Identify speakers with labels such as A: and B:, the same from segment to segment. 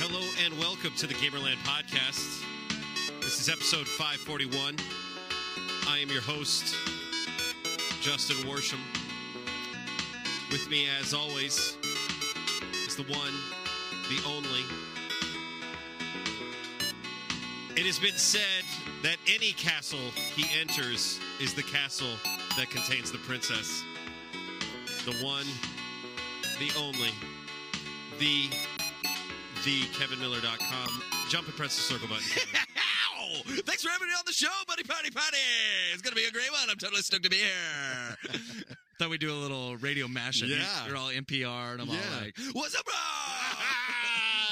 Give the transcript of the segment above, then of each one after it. A: Hello and welcome to the Gamerland Podcast. This is episode 541. I am your host, Justin Warsham. With me, as always, is the one, the only. It has been said that any castle he enters is the castle that contains the princess. The one, the only, the the kevinmiller.com. Jump and press the circle button.
B: Ow! Thanks for having me on the show, buddy, potty, potty. It's gonna be a great one. I'm totally stoked to be here.
C: Thought we'd do a little radio mashup.
B: Yeah.
C: You're all NPR and I'm all like,
B: What's up, bro?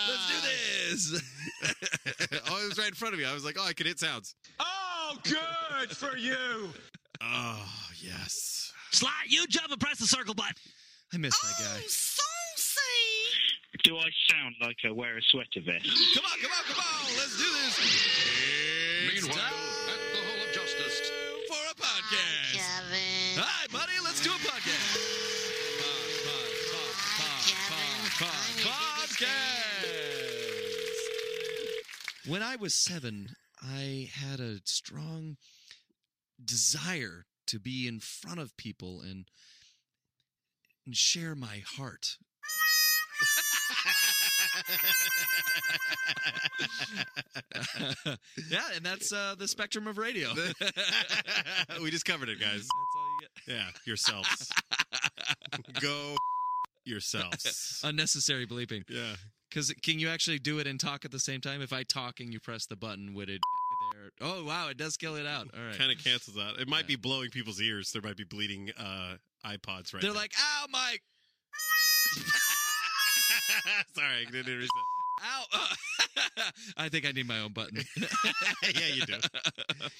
B: Let's do this.
A: oh, it was right in front of me. I was like, oh, I can hit sounds.
D: Oh, good for you.
A: Oh, yes. Oh,
B: Slot, you jump and press the circle button.
C: I miss that guy.
E: Do I sound like I wear a sweater vest?
B: Come on, come on, come on. Let's do this. It's
A: Meanwhile,
B: time
A: at the Hall of Justice.
B: for a podcast.
F: Kevin.
B: Hi, buddy. Let's do a podcast. Pod, pod, pod, pod, pod, pod, Podcast.
C: When I was seven, I had a strong desire to be in front of people and and share my heart. yeah, and that's uh, the spectrum of radio. That's
A: we just covered it, guys.
C: all you get.
A: Yeah, yourselves. Go yourselves.
C: Unnecessary bleeping.
A: Yeah.
C: Because can you actually do it and talk at the same time? If I talk and you press the button, would it there? Oh wow, it does kill it out. All right.
A: Kind of cancels out. It might
C: Yeah.
A: be blowing people's ears. There might be bleeding uh, iPods right
C: They're
A: now.
C: like, ow, Mike,
A: Sorry, I didn't understand.
C: ow. I think I need my own button.
A: yeah, you do.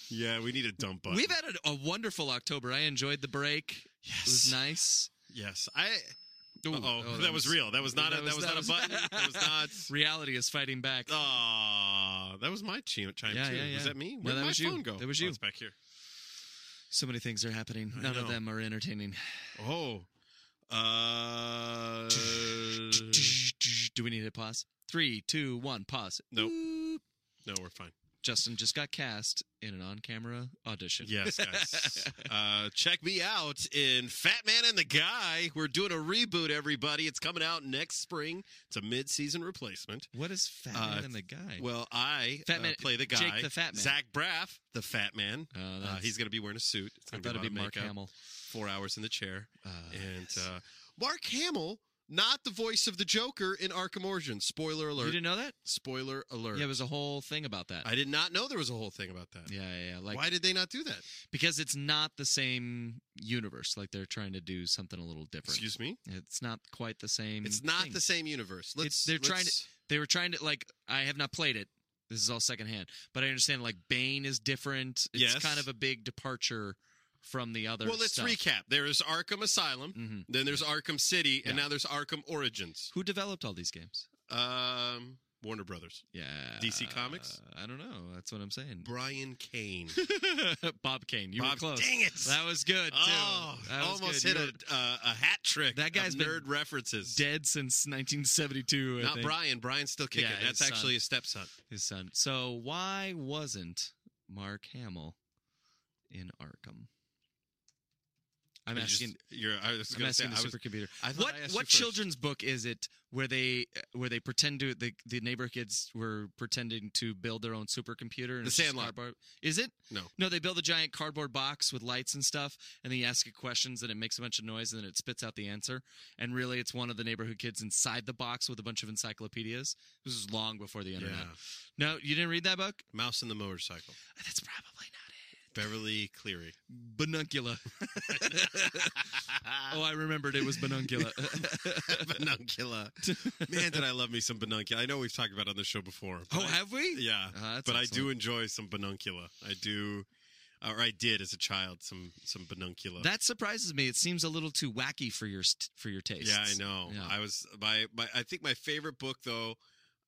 A: Yeah, we need a dump button.
C: We've had a, a wonderful October. I enjoyed the break.
A: yes.
C: It was nice.
A: Yes. I
C: Ooh,
A: oh, that, was real. That was not a that was, not a button. that was not
C: Reality is fighting back.
A: Oh, that was my chi- chime
C: Yeah,
A: too.
C: yeah, yeah.
A: Was that me?
C: No,
A: Where did
C: that
A: my
C: was you.
A: phone go?
C: That was
A: Oh,
C: you.
A: it's back here.
C: So many things are happening.
A: I
C: None
A: know.
C: of them are entertaining.
A: Oh. Uh Mm-hmm.
C: Do we need to pause? Three, two, one, pause.
A: Nope. No, we're fine.
C: Justin just got cast in an on-camera audition.
A: Yes, guys. uh, check me out in Fat Man and the Guy. We're doing a reboot, everybody. It's coming out next spring. It's a mid-season replacement.
C: What is Fat
A: Uh,
C: Man and the guy?
A: Well, I
C: Fat
A: uh,
C: Man-
A: play the guy,
C: Jake the Fat Man.
A: Zach Braff, the Fat Man.
C: Oh,
A: Uh,
C: that's-
A: he's going to be wearing a suit. It's
C: I
A: going
C: thought
A: to
C: it'd
A: be
C: be
A: a lot of
C: Mark
A: makeup.
C: Hamill.
A: Four hours in the chair.
C: Uh,
A: and
C: yes.
A: uh, Mark Hamill, not the voice of the Joker in Arkham Origins. Spoiler
C: you
A: alert.
C: didn't know that?
A: Spoiler alert.
C: Yeah, there was a whole thing about that.
A: I did not know there was a whole thing about that.
C: yeah, yeah, yeah. Like
A: Why did they not do that?
C: because it's not the same universe. Like they're trying to do something a little different.
A: Excuse me.
C: It's not quite the same.
A: It's not
C: thing.
A: the same universe. Let's.
C: It's- they're trying to-
A: let's-
C: They were trying to like. I have not played it. This is all secondhand, but I understand like Bane is different. It's
A: Yes.
C: kind of a big departure from the other.
A: Well, let's
C: stuff.
A: recap. There is Arkham Asylum.
C: Mhm.
A: Then there's Arkham City, and
C: Yeah.
A: now there's Arkham Origins.
C: Who developed all these games?
A: Um, Warner Brothers.
C: Yeah, Uh,
A: DC Comics?
C: I don't know. That's what I'm saying.
A: Brian Kane.
C: Bob Kane, you were
A: Bob-
C: close.
A: Dang it!
C: That was good. Too.
A: oh,
C: That was
A: almost
C: good.
A: hit
C: You
A: a,
C: were-
A: uh, a hat trick.
C: That guy's
A: of
C: been
A: nerd references.
C: dead since 1972. I
A: Not
C: think,
A: Brian. Brian's still kicking.
C: Yeah,
A: That's
C: his son.
A: actually his stepson.
C: His son. So why wasn't Mark Hamill in Arkham? I'm
A: You just-
C: asking.
A: you're, I was
C: I'm
A: going to say,
C: asking
A: I
C: the
A: was,
C: supercomputer.
A: I thought
C: What
A: I asked you
C: what
A: first.
C: children's book is it where they where they pretend to the the neighbor kids were pretending to build their own supercomputer? And
A: The
C: it's just
A: Sandlot.
C: cardboard- Is it?
A: No.
C: No, they build a giant cardboard box with lights and stuff, and then you ask it questions, and it makes a bunch of noise, and then it spits out the answer. And really, it's one of the neighborhood kids inside the box with a bunch of encyclopedias. This was long before the internet.
A: Yeah.
C: No, you didn't read that book.
A: Mouse and the Motorcycle.
C: That's probably not it.
A: Beverly Cleary.
C: Bununcula. oh, I remembered it was Bununcula.
A: Benuncula. Man, did I love me some Benuncula. I know we've talked about it on the show before. but
C: oh,
A: I-
C: have we?
A: Yeah.
C: Ah, that's
A: but I do
C: excellent.
A: enjoy some Benuncula. I do, or I did as a child, some some Benuncula.
C: That surprises me. It seems a little too wacky for your st- for your taste.
A: yeah, I know.
C: Yeah.
A: I was my, my I think my favorite book though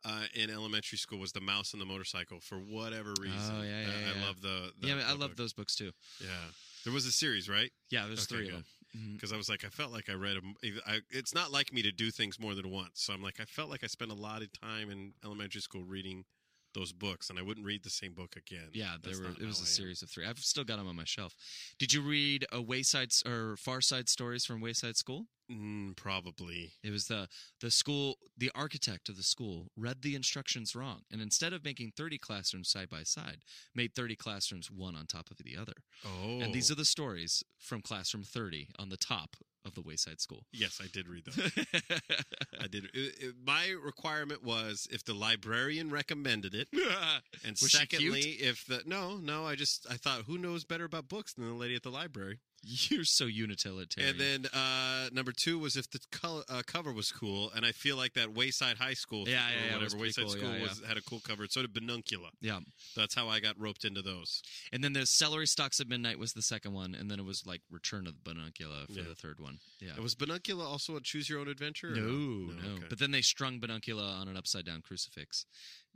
A: uh, in elementary school was The Mouse and the Motorcycle for whatever reason.
C: Oh, yeah, yeah,
A: I, I
C: yeah.
A: love the, the
C: yeah, I
A: the
C: love
A: book.
C: those books too.
A: Yeah, there was a series, right?
C: Yeah, there's
A: Okay,
C: three
A: good.
C: of them.
A: because I was like, I felt like I read them. It's not like me to do things more than once. So I'm like, I felt like I spent a lot of time in elementary school reading those books, and I wouldn't read the same book again.
C: Yeah, there
A: That's
C: were.
A: not
C: It was
A: how
C: a
A: I am.
C: series of three. I've still got them on my shelf. Did you read a Wayside S- or Far Side stories from Wayside School?
A: Mm, probably.
C: It was the the school the architect of the school read the instructions wrong, and instead of making thirty classrooms side by side, made thirty classrooms one on top of the other.
A: Oh,
C: And these are the stories from classroom thirty on the top of the Wayside School.
A: Yes, I did read those. I did. It, it, my requirement was if the librarian recommended it, and
C: Was she cute?
A: secondly, if the no, no, I just I thought who knows better about books than the lady at the library.
C: You're so utilitarian.
A: And then uh, number two was if the color, uh, cover was cool, and I feel like that Wayside High School,
C: Yeah,
A: or
C: yeah, yeah, it was
A: whatever
C: pretty
A: Wayside
C: cool,
A: School
C: yeah,
A: was, had a cool cover. So did Benuncula.
C: yeah,
A: That's how I got roped into those.
C: and then the celery stalks at midnight was the second one, and then it was like Return of the Bununcula for
A: Yeah.
C: the third one. Yeah.
A: And was Benuncula also a Choose Your Own Adventure? or
C: no, no.
A: okay.
C: But then they strung Bununcula on an upside down crucifix,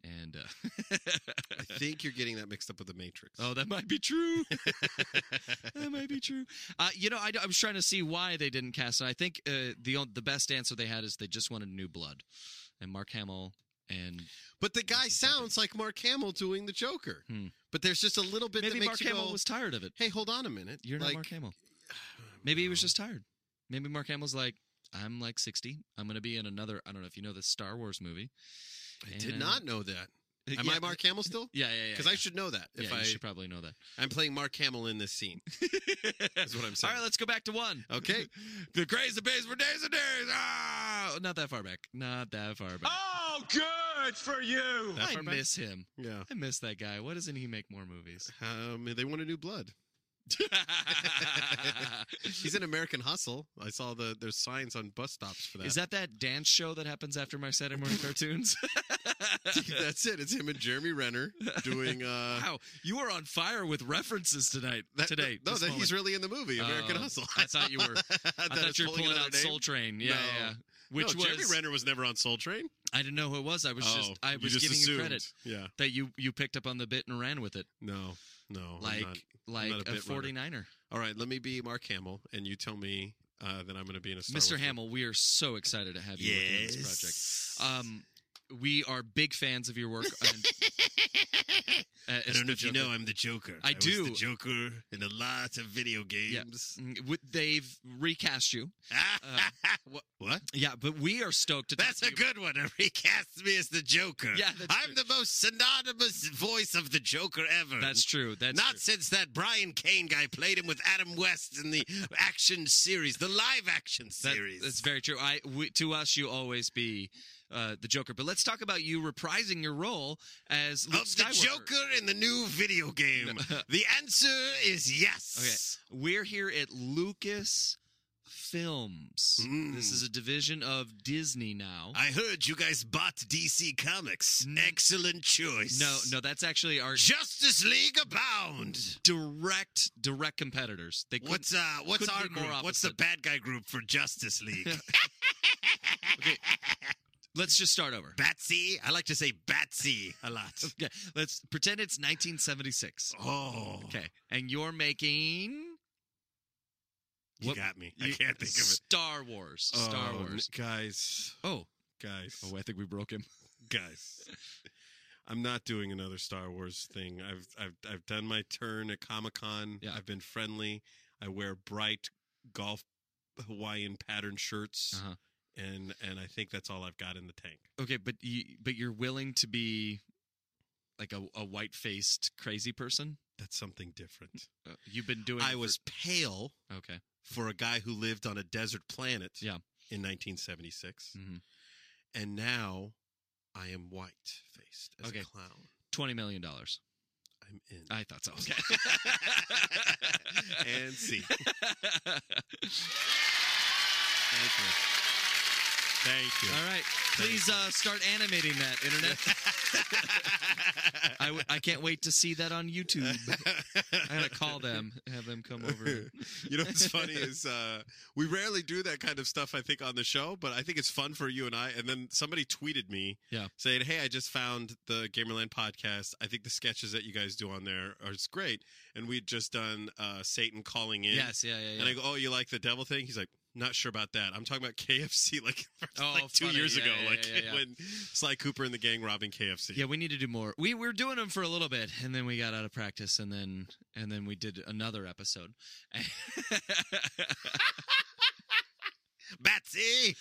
C: and uh,
A: I think you're getting that mixed up with the Matrix.
C: oh, that might be true. that might be true. Uh, you know, I, I was trying to see why they didn't cast. And I think uh, the on- the best answer they had is they just wanted new blood, and Mark Hamill and
A: but the guy
C: This is something.
A: sounds like Mark Hamill doing the Joker.
C: Hmm.
A: But there's just a little bit that
C: maybe
A: makes
C: Mark
A: you
C: Hamill
A: go,
C: was tired of it.
A: "Hey, hold on a minute."
C: You're not
A: like,
C: Mark Hamill. Maybe he was
A: No.
C: just tired. Maybe Mark Hamill's like, I'm like 60. I'm going to be in another, I don't know if you know the Star Wars movie.
A: I did
C: And-
A: not know that. Am
C: Yeah,
A: I Mark Hamill still?
C: Yeah, yeah, yeah.
A: Because I
C: yeah.
A: should know that if
C: yeah,
A: I
C: you should probably know that.
A: I'm playing Mark Hamill in this scene. That's what I'm
C: All
A: saying. Oh,
C: right, let's go back to one.
A: Okay.
C: the craze the base for days and days.
A: oh,
C: Ah, not that far back. Not that far back.
G: Oh, good for you.
A: that
C: I
A: far back?
C: miss him.
A: Yeah.
C: I miss that guy. Why doesn't he make more movies?
A: Um, they want a new blood. He's in American Hustle. I saw the there's signs on bus stops for that.
C: Is that that dance show that happens after my Saturday morning cartoons?
A: That's it. It's him and Jeremy Renner doing. Uh,
C: Wow, you are on fire with references tonight.
A: that,
C: today,
A: no,
C: this
A: that
C: moment.
A: he's really in the movie American
C: Oh,
A: Hustle.
C: I thought you were.
A: I thought,
C: I
A: it
C: thought
A: was
C: you were pulling
A: another
C: out
A: name.
C: Soul Train. Yeah,
A: No.
C: yeah, yeah. Which
A: no,
C: was
A: Jeremy Renner was never on Soul Train. Oh,
C: I didn't know who it was. I was just I
A: you
C: was giving
A: assumed.
C: you credit
A: Yeah.
C: that you you picked up on the bit and ran with it
A: No. No. Oh, I'm
C: like
A: not.
C: like
A: not a
C: a,
A: bit runner.
C: 49er.
A: All right. Let me be Mark Hamill, and you tell me uh, that I'm going to be in a Star
C: Mr.
A: Wars movie.
C: Hamill, we are so excited to have you working on this
A: Yes.
C: project. Um we are big fans of your work and uh,
H: I
C: it's
H: don't know
C: the
H: if you
C: Joker.
H: know, I'm the Joker.
C: I
H: was
C: do.
H: the Joker in a lot of video games.
C: Mm, w- They've recast you. Uh,
H: what? what?
C: Yeah, but we are stoked to talk
H: That's
C: to
H: a
C: you-
H: good one. A recast me as the Joker.
C: Yeah, that's
H: I'm
C: true.
H: the most synonymous voice of the Joker ever.
C: That's true. That's
H: Not
C: true.
H: since that Brian Kane guy played him with Adam West in the action series, the live action
C: That-
H: series.
C: That's very true. I we, to us, you always be uh, the Joker. But let's talk about you reprising your role as Luke
H: of
C: Skywalker.
H: the Joker in the new video game. the answer is yes.
C: We're here at Lucas Films.
H: Mm.
C: This is a division of Disney now.
H: I heard you guys bought DC Comics.
C: N-
H: Excellent choice.
C: no, no, that's actually our
H: Justice League Abound.
C: direct direct competitors. They couldn't-
H: What's uh what's
C: couldn't
H: our
C: be more
H: group? What's the
C: opposite.
H: bad guy group for Justice League?
C: let's just start over.
H: Batsy? I like to say Batsy a lot.
C: Okay, let's pretend it's 1976.
H: Oh.
C: Okay, and you're making
H: You
C: What-
H: got me. I can't think of it. Um,
C: Star Wars. Star
A: Oh,
C: Wars.
A: guys,
C: Oh,
A: guys,
C: oh, I think we broke him.
A: guys. I'm not doing another Star Wars thing. I've I've I've done my turn at Comic Con.
C: Yeah.
A: I've been friendly. I wear bright golf Hawaiian pattern shirts,
C: Uh-huh.
A: and and I think that's all I've got in the tank.
C: Okay, but you but you're willing to be like a, a white faced crazy person.
A: That's something different.
C: Uh, you've been doing. it
A: I
C: for-
A: was pale
C: okay.
A: for a guy who lived on a desert planet.
C: Yeah.
A: In 1976,
C: Mhm.
A: and now I am white faced as
C: Okay.
A: a clown.
C: Twenty million dollars.
A: I'm in.
C: I thought so.
A: Okay. and see. Thank you. Thank you.
C: All right, please uh, start animating that internet. I, w- I can't wait to see that on YouTube. I gotta call them, have them come over.
A: you know what's funny is uh, we rarely do that kind of stuff. I think on the show, but I think it's fun for you and I. And then somebody tweeted me,
C: Yeah.
A: saying, "Hey, I just found the Gamerland podcast. I think the sketches that you guys do on there are it's great." And we'd just done uh, Satan calling in.
C: Yes, yeah, yeah, yeah.
A: And I go, "Oh, you like the devil thing?" He's like, "Not sure about that. I'm talking about KFC, like,
C: Oh,
A: like two
C: funny.
A: years
C: Yeah,
A: ago,
C: yeah,
A: like
C: yeah, yeah, yeah.
A: when Sly Cooper and the gang robbing KFC."
C: Yeah, we need to do more. We were doing them for a little bit, and then we got out of practice, and then and then we did another episode.
A: Batsy.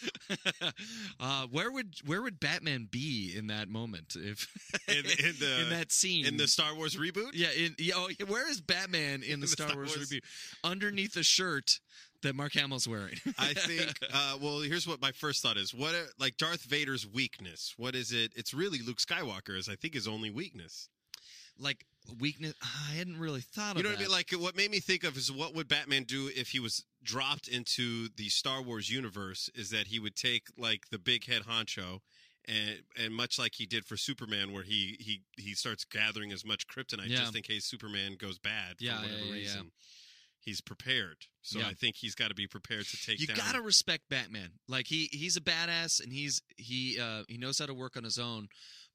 C: uh, where would where would Batman be in that moment if
A: In- in the-
C: in that scene
A: in the Star Wars reboot.
C: yeah in yeah, oh, yeah, where is Batman in the, Star, Wars, review underneath the shirt that Mark Hamill's wearing?
A: I think. Uh, well, here's what my first thought is: what are, like Darth Vader's weakness? What is it? It's really Luke Skywalker is I think his only weakness.
C: like weakness. I hadn't really thought
A: You
C: of
A: know what I
C: that.
A: mean? Like what made me think of is what would Batman do if he was dropped into the Star Wars universe? Is that he would take like the big head honcho. And, and much like he did for Superman, where he he he starts gathering as much kryptonite
C: Yeah.
A: just in case Superman goes bad
C: Yeah, yeah,
A: for whatever
C: yeah, yeah.
A: reason, he's prepared. So
C: Yeah.
A: I think he's got to be prepared to take.
C: you
A: down...
C: gotta respect Batman. Like he he's a badass and he's he uh he knows how to work on his own.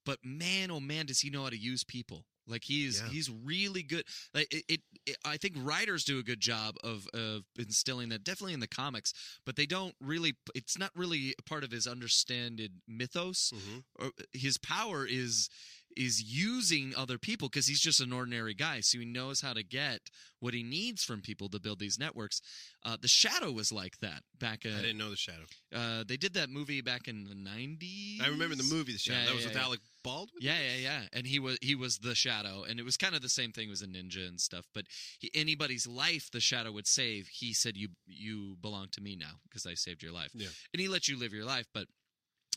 C: But man, oh man, does he know how to use people? Like he's
A: Yeah.
C: he's really good. Like it, it, it, I think writers do a good job of of instilling that, definitely in the comics. But they don't really. It's not really a part of his understanded mythos.
A: Mhm.
C: Or uh, his power is is using other people because he's just an ordinary guy. So he knows how to get what he needs from people to build these networks. Uh, the Shadow was like that back.
A: I
C: Uh,
A: didn't know the shadow.
C: uh, they did that movie back in the nineties.
A: I remember the movie The Shadow.
C: Yeah,
A: that was
C: yeah,
A: with
C: yeah.
A: Alec Baldwin.
C: Yeah, yeah, yeah. And he was he was the Shadow, and it was kind of the same thing as a ninja and stuff. But he, anybody's life, the Shadow would save. He said, "You you belong to me now because I saved your life."
A: Yeah.
C: and he let you live your life, but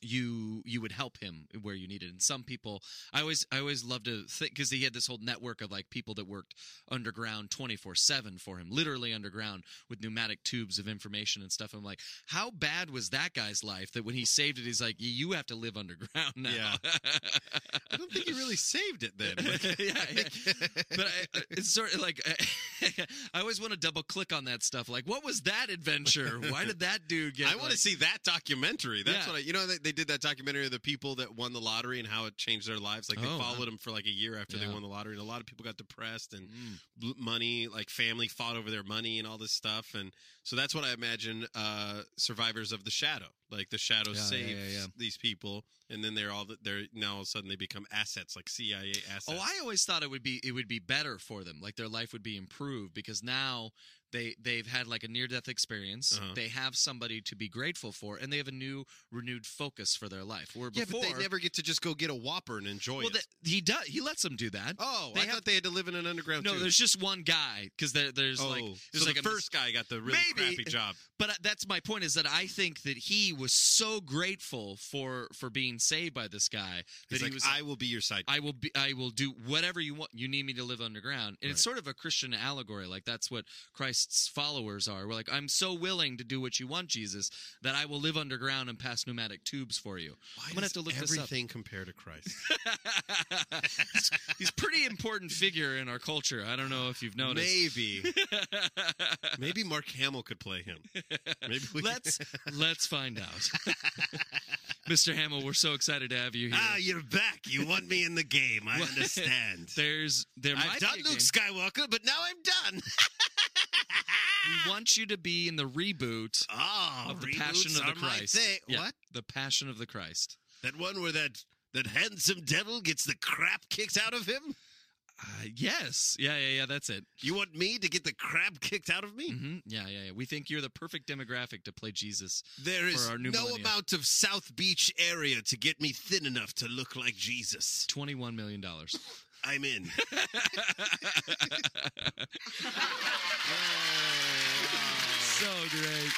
C: you you would help him where you needed and some people i always i always love to think because he had this whole network of like people that worked underground 24-7 for him literally underground with pneumatic tubes of information and stuff i'm like how bad was that guy's life that when he saved it he's like you have to live underground now
A: Yeah. I don't think he really saved it then. Like,
C: yeah, yeah. but I, it's sort of like I always want to double click on that stuff. Like, what was that adventure? Why did that dude get?
A: I want to
C: like-
A: see that documentary. That's
C: Yeah.
A: what I, you know, they, they did that documentary of the people that won the lottery and how it changed their lives. Like they
C: Oh, wow.
A: followed them for like a year after
C: Yeah.
A: they won the lottery. And a lot of people got depressed and
C: Mm.
A: bl- money, like family fought over their money and all this stuff. And so that's what I imagine uh, survivors of the shadow. Like the shadow
C: Yeah, yeah,
A: saves
C: yeah, yeah.
A: these people. And then they're all, they're now all of a sudden they become assets, like CIA assets.
C: Oh, I always thought it would be it would be better for them. Like their life would be improved because now they they've had like a near death experience.
A: Uh-huh.
C: They have somebody to be grateful for, and they have a new renewed focus for their life. Where
A: yeah,
C: before,
A: but they never get to just go get a Whopper and enjoy
C: well,
A: it.
C: that, he does he lets them do that.
A: Oh,
C: They
A: I
C: have-
A: thought they had to live in an underground.
C: no,
A: tube.
C: there's just one guy because there, there's
A: oh,
C: like
A: so
C: there's like
A: the
C: a mis-
A: first guy got the really
C: Maybe-
A: crappy job.
C: but that's my point is that I think that he was so grateful for for being saved by this guy
A: He's
C: that he
A: like,
C: was
A: I will be your sidekick.
C: I will be I will do whatever you want. You need me to live underground. And it's
A: Right.
C: sort of a Christian allegory. Like that's what Christ's followers are. We're like, I'm so willing to do what you want, Jesus, that I will live underground and pass pneumatic tubes for you. I'm gonna have to look this up.
A: everything compared to Christ.
C: he's, he's a pretty important figure in our culture. I don't know if you've noticed.
A: maybe, maybe Mark Hamill could play him. Maybe we
C: let's let's find out. Mr. Hamill, we're so excited to have you here.
I: Ah, you're back. You want me in the game. I understand.
C: There's there might
I: I've done
C: be a game.
I: Luke Skywalker, but now I'm done.
C: We want you to be in the reboot
A: Ah,
I: Oh,
C: of the
I: reboots
C: Passion of
I: are
C: the
I: my
C: Christ.
I: thing.
C: Yeah,
I: What?
C: The Passion of the Christ.
I: That one where that that handsome devil gets the crap kicked out of him?
C: Uh, yes. Yeah, yeah, yeah. That's it.
F: You want me to get the crap kicked out of me?
C: hmm Yeah, yeah, yeah. We think you're the perfect demographic to play Jesus.
F: There is
C: Mm-hmm. our new
F: no
C: millennium.
F: amount of South Beach area to get me thin enough to look like Jesus.
C: Twenty-one million dollars.
F: I'm in.
C: so great.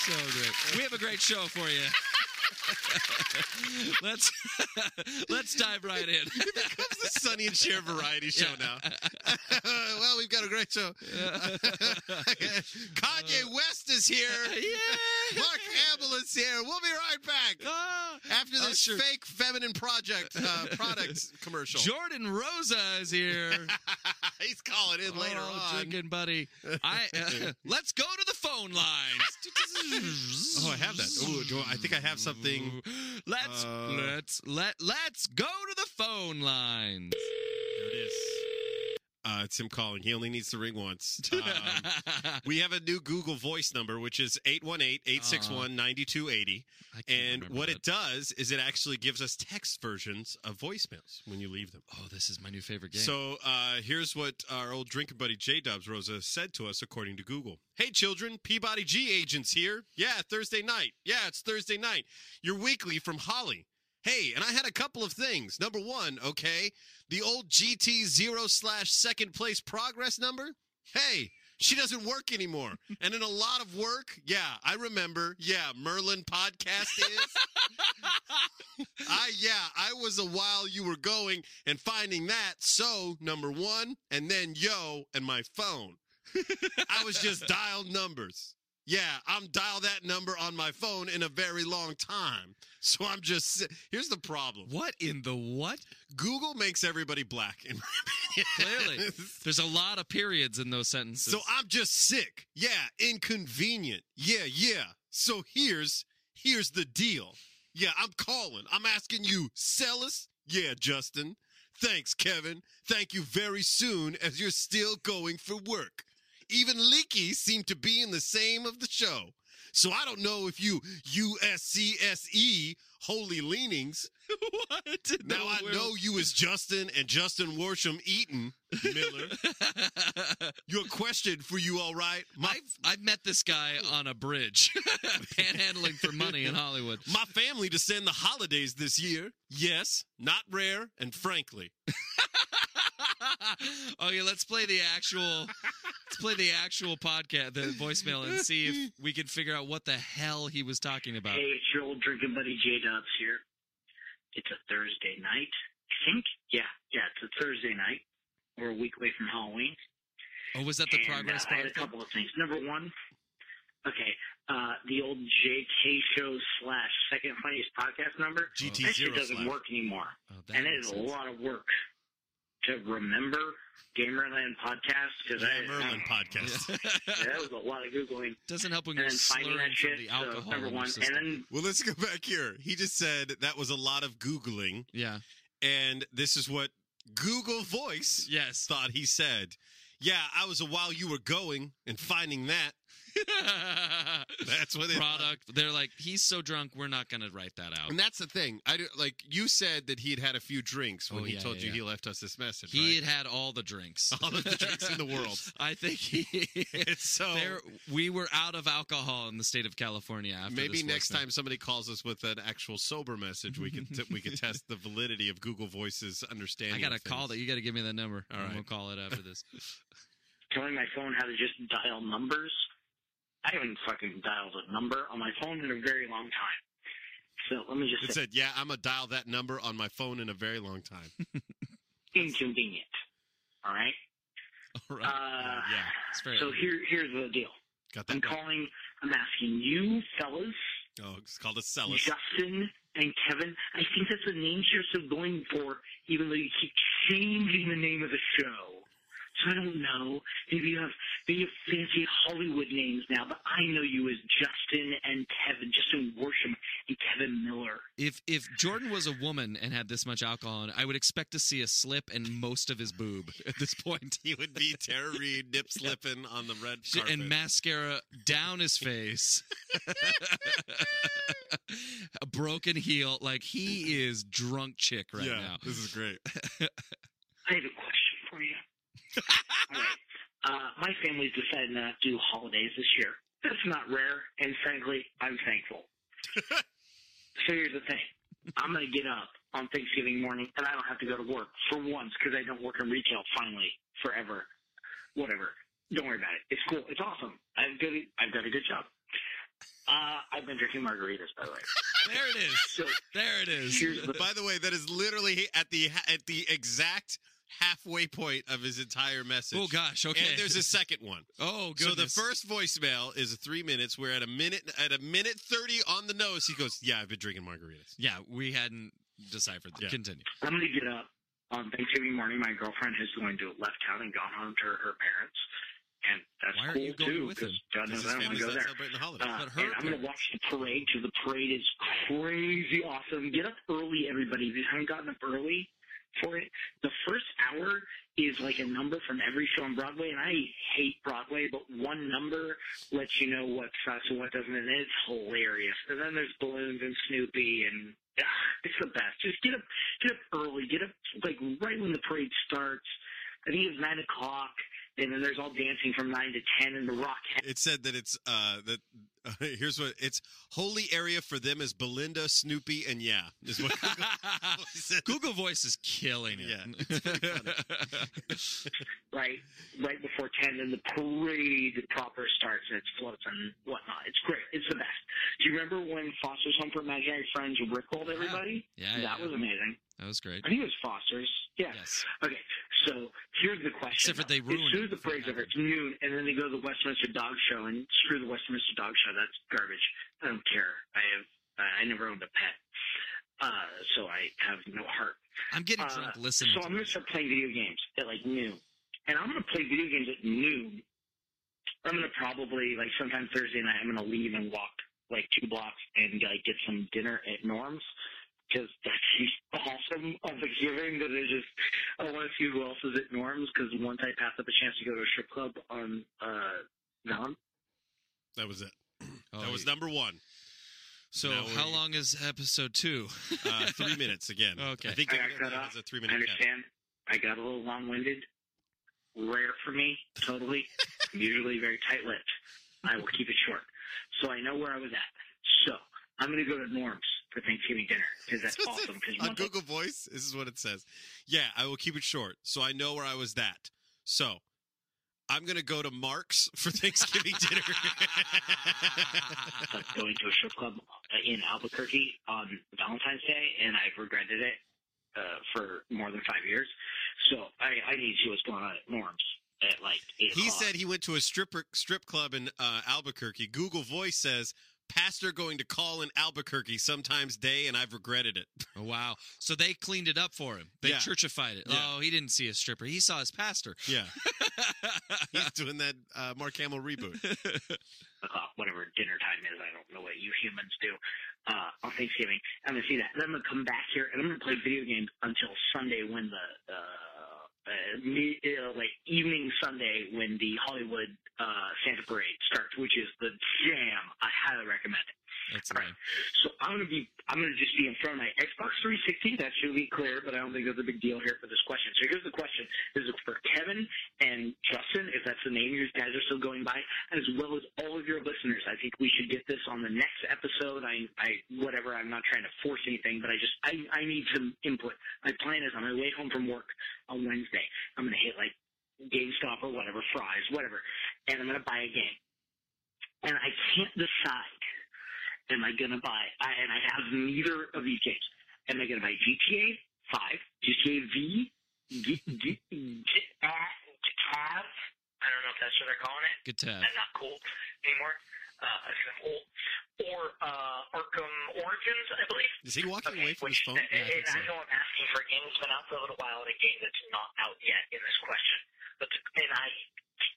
C: So great. We have a great show for you. let's let's dive right in.
F: the Sonny and Cher variety show now. well, we've got a great show. Kanye West is here.
C: yeah.
F: Mark Hamill is here. We'll be right back
C: Ah.
F: after this
C: Usher.
F: fake feminine project uh, product commercial.
C: Jordan Rosa is here
F: He's calling in later
C: Oh,
F: on.
C: drinking buddy. I let's go to the phone lines.
A: Oh, I have that. Ooh, do I, I think I have something.
C: Let's
A: Uh,
C: let's let let's go to the phone lines.
A: There it is. Uh, it's him calling. He only needs to ring once. Um,
C: I
A: we have a new Google voice number, which is 818 861 9280.
C: can't
A: And
C: remember
A: what
C: that.
A: it does is it actually gives us text versions of voicemails when you leave them.
C: Oh, this is my new favorite game.
A: So uh, here's what our old drinking buddy J Dubs Rosa said to us according to Google. Hey children, Peabody G agents here. Yeah, Thursday night. Yeah, it's Thursday night. Your weekly from Holly. Hey, and I had a couple of things. Number one, okay, the old GT zero slash second place progress number. Hey, she doesn't work anymore. and in a lot of work, yeah, I remember. Yeah, Merlin podcast is. I yeah, I was a while you were going and finding that. So number one, and then yo, and my phone. I was just dialed numbers. Yeah, I'm dial that number on my phone in a very long time. So I'm just here's the problem.
C: what in the what?
A: Google makes everybody black. in my opinion.
C: Clearly, there's a lot of periods in those sentences.
A: So I'm just sick. Yeah, inconvenient. Yeah, yeah. So here's here's the deal. Yeah, I'm calling. I'm asking you, sell us? Yeah, Justin. Thanks, Kevin. Thank you very soon as you're still going for work. Even Leaky seemed to be in the same of the show. So I don't know if you USCSE E holy leanings.
C: what?
A: Now I know you as Justin and Justin Worsham Eaton Miller. Your question for you, all right? My
C: I've I've met this guy on a bridge, panhandling for money in Hollywood.
A: my family to send the holidays this year. Yes, not rare, and frankly,
C: okay, let's play the actual. Let's play the actual podcast, the voicemail, and see if we can figure out what the hell he was talking about.
J: Hey, it's your old drinking buddy J Dobbs here. It's a Thursday night, I think. Yeah, yeah, it's a Thursday night. We're a week away from Halloween.
C: Oh, was that the
J: and,
C: progress
J: uh, I had a
C: part?
J: couple of things. Number one, okay, uh, the old JK show slash second funniest podcast number.
A: GT
J: That shit
A: zero
J: doesn't
A: slap.
J: work anymore.
C: Oh, that
J: and it
C: makes
J: is a
C: sense.
J: lot of work to remember Gamerland podcast because
A: Yeah,
J: I
A: Merlin podcast.
J: Yeah, that was a lot of googling
C: Doesn't help when
J: and
C: you're
J: then finding
C: slurring
J: that
C: from
J: shit.
C: the
J: So
C: alcohol.
J: number
C: in your
J: one,
C: system.
J: and then
A: Well, let's go back here. He just said that was a lot of googling,
C: yeah.
A: and this is what Google Voice
C: Yes.
A: thought he said. Yeah, I was a while you were going and finding that. That's what they thought.
C: product. They're like, he's so drunk, we're not going to write that out.
A: And that's the thing. I do, like you said that he had had a few drinks when
C: Oh,
A: he
C: yeah,
A: told
C: yeah,
A: you
C: yeah.
A: he left us this message.
C: He
A: right?
C: had had all the drinks.
A: all of the drinks in the world.
C: I think he.
A: It's so
C: there, we were out of alcohol in the state of California. After
A: maybe
C: this
A: next
C: voicemail.
A: time somebody calls us with an actual sober message, we can t- we can test the validity of Google Voice's understanding.
C: I got
A: of
C: to call that.
A: things.
C: You got to give me that number.
A: All
C: and
A: right.
C: We'll call it after this.
J: telling my phone how to just dial numbers. I haven't fucking dialed a number on my phone in a very long time. So let me just
A: It
J: say,
A: said, "Yeah, I'm gonna dial that number on my phone in a very long time."
J: inconvenient. All right.
C: All right.
J: Uh,
A: yeah,
C: it's very
J: so here, here's the deal.
A: Got that?
J: I'm calling. I'm asking you, fellas,
A: Oh, it's called a cellus.
J: Justin and Kevin. I think that's the names you're still going for, even though you keep changing the name of the show. So I don't know. Maybe you have maybe you have fancy Hollywood names now, but I know you as Justin and Kevin, Justin Worsham and Kevin Miller.
C: if if Jordan was a woman and had this much alcohol, in, it, I would expect to see a slip and most of his boob at this point,
A: He would be Tara Reid nip slipping on the red
C: Sh-
A: carpet.
C: and mascara down his face, a broken heel. Like he is drunk chick right
A: yeah,
C: now.
A: this is great.
J: I have a question. All right. Uh, my family's decided not to do holidays this year. That's not rare, and frankly, I'm thankful. so here's the thing. I'm going to get up on Thanksgiving morning, and I don't have to go to work for once because I don't work in retail finally forever. Whatever. Don't worry about it. It's cool. It's awesome. I've got a, I've got a good job. Uh, I've been drinking margaritas, by the way.
B: There it is. There it is.
A: By the way, that is literally at the at the exact halfway point of his entire message.
C: Oh, gosh, okay.
A: And there's a second one.
C: Oh,
A: So the
C: goodness.
A: first voicemail is three minutes. We're at a minute at a minute thirty on the nose. He goes, "Yeah, I've been drinking margaritas."
C: Yeah, we hadn't deciphered. that. Continue.
J: I'm going to get up on Thanksgiving morning. My girlfriend has going to left town and gone home to her parents, and that's
C: Why aren't
J: cool
C: you going
J: too.
C: with him?
J: 'cause God
A: Because his
J: knows I don't want
A: family's
J: to go
A: not
J: there.
A: celebrating the holiday.
J: Uh,
A: But her
J: and I'm going
A: parents-
J: to watch the parade. Too. The parade is crazy awesome. Get up early, everybody. If you haven't gotten up early for it, the first hour is like a number from every show on Broadway, and I hate Broadway, but one number lets you know what sucks and what doesn't, and it's hilarious. And then there's balloons and Snoopy and. ah, It's the best. Just get up, get up early. Get up like right when the parade starts. I think it's nine o'clock, and then there's all dancing from nine to ten, and the rock
A: It said that it's uh that uh, here's what it's holy area for them is Belinda, Snoopy, and yeah. Is what
C: Google Voice is killing it.
A: Yeah,
J: right right before ten, and the parade proper starts, and it's floats and whatnot. It's great. It's the best. Do you remember when Foster's Home for Imaginary Friends rickrolled everybody?
C: Yeah, yeah,
J: that
C: yeah.
J: was amazing.
C: That was great.
J: I think it was Foster's. Yeah.
C: Yes.
J: Okay, so here's the question.
C: Except for they
J: though.
C: ruined
J: As soon as
C: it
J: the
C: before
J: parade's
C: it
J: over, it's noon, and then they go to the Westminster Dog Show, and screw the Westminster Dog Show. That's garbage. I don't care. I have. I I never owned a pet, uh, so I have no heart
C: I'm getting
J: uh,
C: drunk listening.
J: So
C: to
J: I'm going to start playing video games at like noon, and I'm going to play video games at noon. I'm going to probably like sometime Thursday night. I'm going to leave and walk like two blocks and like get some dinner at Norm's because that's awesome on Thanksgiving. That I just I want to see who else is at Norm's because once I pass up a chance to go to a strip club on uh, Valen-
A: that was it.
C: Oh,
A: that was
C: yeah.
A: number one.
C: So
A: Now
C: how
A: we-
C: long is episode two?
A: Uh, three minutes again.
C: Okay.
A: I think
J: I
A: it
J: got cut off.
A: was a three
J: I
A: minute cap.
J: understand. I got a little long winded. Rare for me, totally. I'm usually very tight lipped. I will keep it short. So I know where I was at. So I'm going to go to Norm's for Thanksgiving dinner because that's
A: This is-
J: awesome. Because
A: on Uh, Google Voice, this is what it says. Yeah, I will keep it short. So I know where I was that. So I'm gonna go to Mark's for Thanksgiving dinner.
J: like going to a strip club uh, in Albuquerque on Valentine's Day, and I've regretted it uh, for more than five years. So I, I need to see what's going on at Norm's at like eight
A: he
J: o'clock.
A: said he went to a stripper strip club in uh, Albuquerque. Google Voice says pastor going to call in Albuquerque sometimes day, and I've regretted it.
C: Oh, wow. So they cleaned it up for him. They
A: Yeah.
C: churchified it.
A: Yeah.
C: Oh, he didn't see a stripper. He saw his pastor.
A: Yeah, he's doing that uh, Mark Hamill reboot.
J: o'clock, uh, whatever dinner time is. I don't know what you humans do uh, on Thanksgiving. I'm gonna see that. Then I'm gonna come back here and I'm gonna play video games until Sunday when the uh, uh, me, uh, like evening Sunday when the Hollywood uh, Santa Parade starts, which is the jam. I highly recommend it.
C: That's
J: All right.
C: annoying.
J: So I'm gonna be, I'm gonna just be in front of my Xbox 360. That should be clear, but I don't think that's a big deal here for this question. So here's the question: This is for Kevin and Justin, if that's the name you guys are still going by, as well as all of your listeners. I think we should get this on the next episode. I, I, whatever. I'm not trying to force anything, but I just, I, I need some input. My plan is on my way home from work on Wednesday, I'm gonna hit like GameStop or whatever, fries, whatever, and I'm gonna buy a game. And I can't decide am I going to buy? I, and I have neither of these games. Am I going to buy GTA 5, GTA V, G, G, G, uh, Cav? I don't know if that's what they're calling
C: Good
J: it.
C: tab.
J: That's not cool anymore. Uh, that's kind of old. Or uh, Arkham Origins, I believe.
A: Is he walking away from
J: which,
A: his phone?
J: And,
A: Yeah, I think
J: and I
A: so.
J: know I'm asking for a game that's been out for a little while and a game that's not out yet in this question. But and I,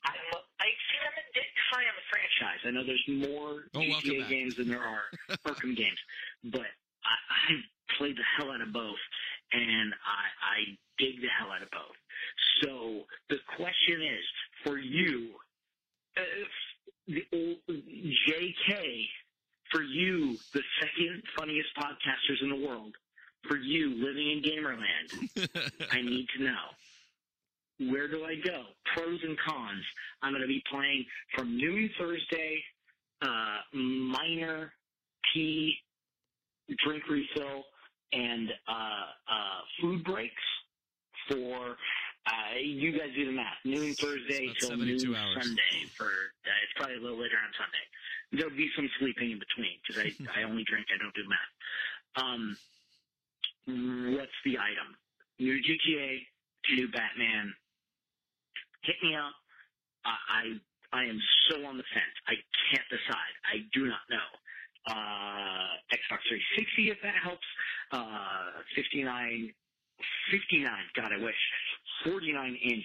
J: I'm a, I see I'm a dick high on the franchise. I know there's more
C: Oh, welcome
J: GTA
C: back.
J: games than there are Arkham games, but I, I played the hell out of both, and I, I dig the hell out of both. So the question is for you, if the old JK, for you, the second funniest podcasters in the world, for you living in Gamerland, I need to know Where do I go? Pros and cons. I'm going to be playing from noon Thursday, uh, minor tea, drink refill, and uh, uh, food breaks for uh, you guys do the math. Noon Thursday
C: about
J: till
C: 72
J: noon
C: hours.
J: Sunday. For uh, it's probably a little later on Sunday. There'll be some sleeping in between because I, I only drink. I don't do math. Um, what's the item? New GTA, new Batman. Hit me up. I I, I am so on the fence. I can't decide. I do not know. Uh, Xbox 360, if that helps. Uh, 59 59, God, I wish, 49 inch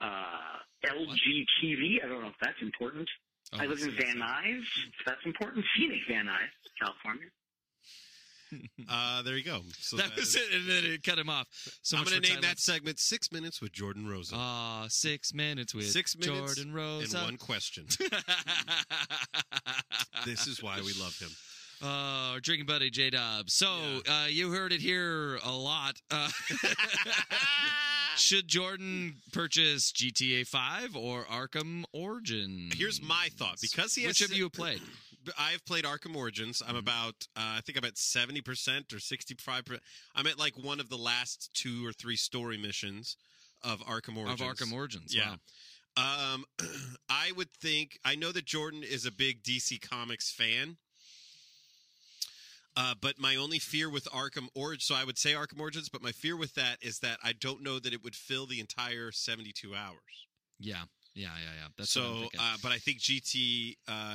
J: uh, LG TV. I don't know if that's important.
C: Oh,
J: I live in Van Nuys. If that's important, scenic Van Nuys, California.
A: Uh, there you go. So
C: that, was
A: is-
C: it, and then it cut him off. So
A: I'm
C: much
A: going
C: for
A: to name
C: title.
A: that segment Six Minutes with Jordan Rosen.
C: Ah, six minutes with
A: Six minutes
C: Jordan Rosa.
A: and one question. this is why we love him.
C: Uh, our drinking buddy J Dobbs. So uh, you heard it here a lot. Uh, should Jordan purchase GTA Five or Arkham Origin?
A: Here's my thought because he has
C: Which of
A: si-
C: you played?
A: I've played Arkham Origins. I'm about uh, I think I'm at seventy percent or sixty five percent. I'm at like one of the last two or three story missions of Arkham Origins.
C: Of Arkham Origins.
A: Yeah.
C: Wow.
A: Um, I would think I know that Jordan is a big DC Comics fan. Uh, but my only fear with Arkham Origins, so I would say Arkham Origins, but my fear with that is that I don't know that it would fill the entire 72 hours.
C: Yeah. Yeah. Yeah. Yeah. That's What I'm
A: so,
C: thinking.
A: uh, but I think GTA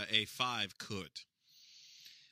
A: A 5 could.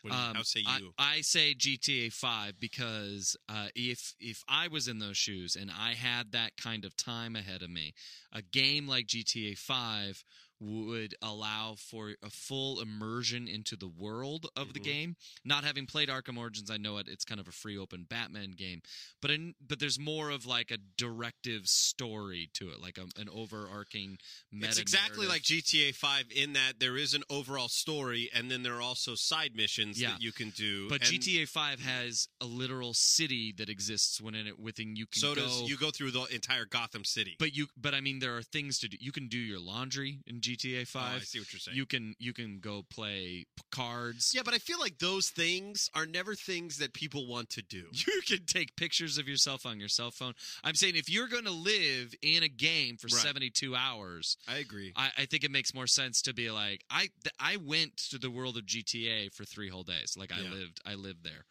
A: What do you,
C: Um,
A: how say
C: I-
A: you?
C: I, say GTA Five because uh, if if I was in those shoes and I had that kind of time ahead of me, a game like GTA Five would allow for a full immersion into the world of the
A: Mhm.
C: game. Not having played Arkham Origins, I know it. It's kind of a free open Batman game, but in, but there's more of like a directive story to it, like a, an overarching. Meta
A: It's exactly
C: narrative.
A: like GTA 5 in that there is an overall story, and then there are also side missions
C: Yeah.
A: that you can do.
C: But
A: and
C: GTA Five has a literal city that exists when in it within you can
A: so
C: go.
A: does you go through the entire Gotham City.
C: but you, but I mean, there are things to do. You can do your laundry in GTA
A: Oh, I
C: Five.
A: see what you're saying.
C: you can you can go play p- cards.
A: yeah, but I feel like those things are never things that people want to do.
C: You can take pictures of yourself on your cell phone. I'm saying if you're going to live in a game for
A: Right.
C: 72 hours,
A: I agree.
C: I, I think it makes more sense to be like I th- I went to the world of GTA for three whole days. Like I
A: Yeah.
C: lived I lived there.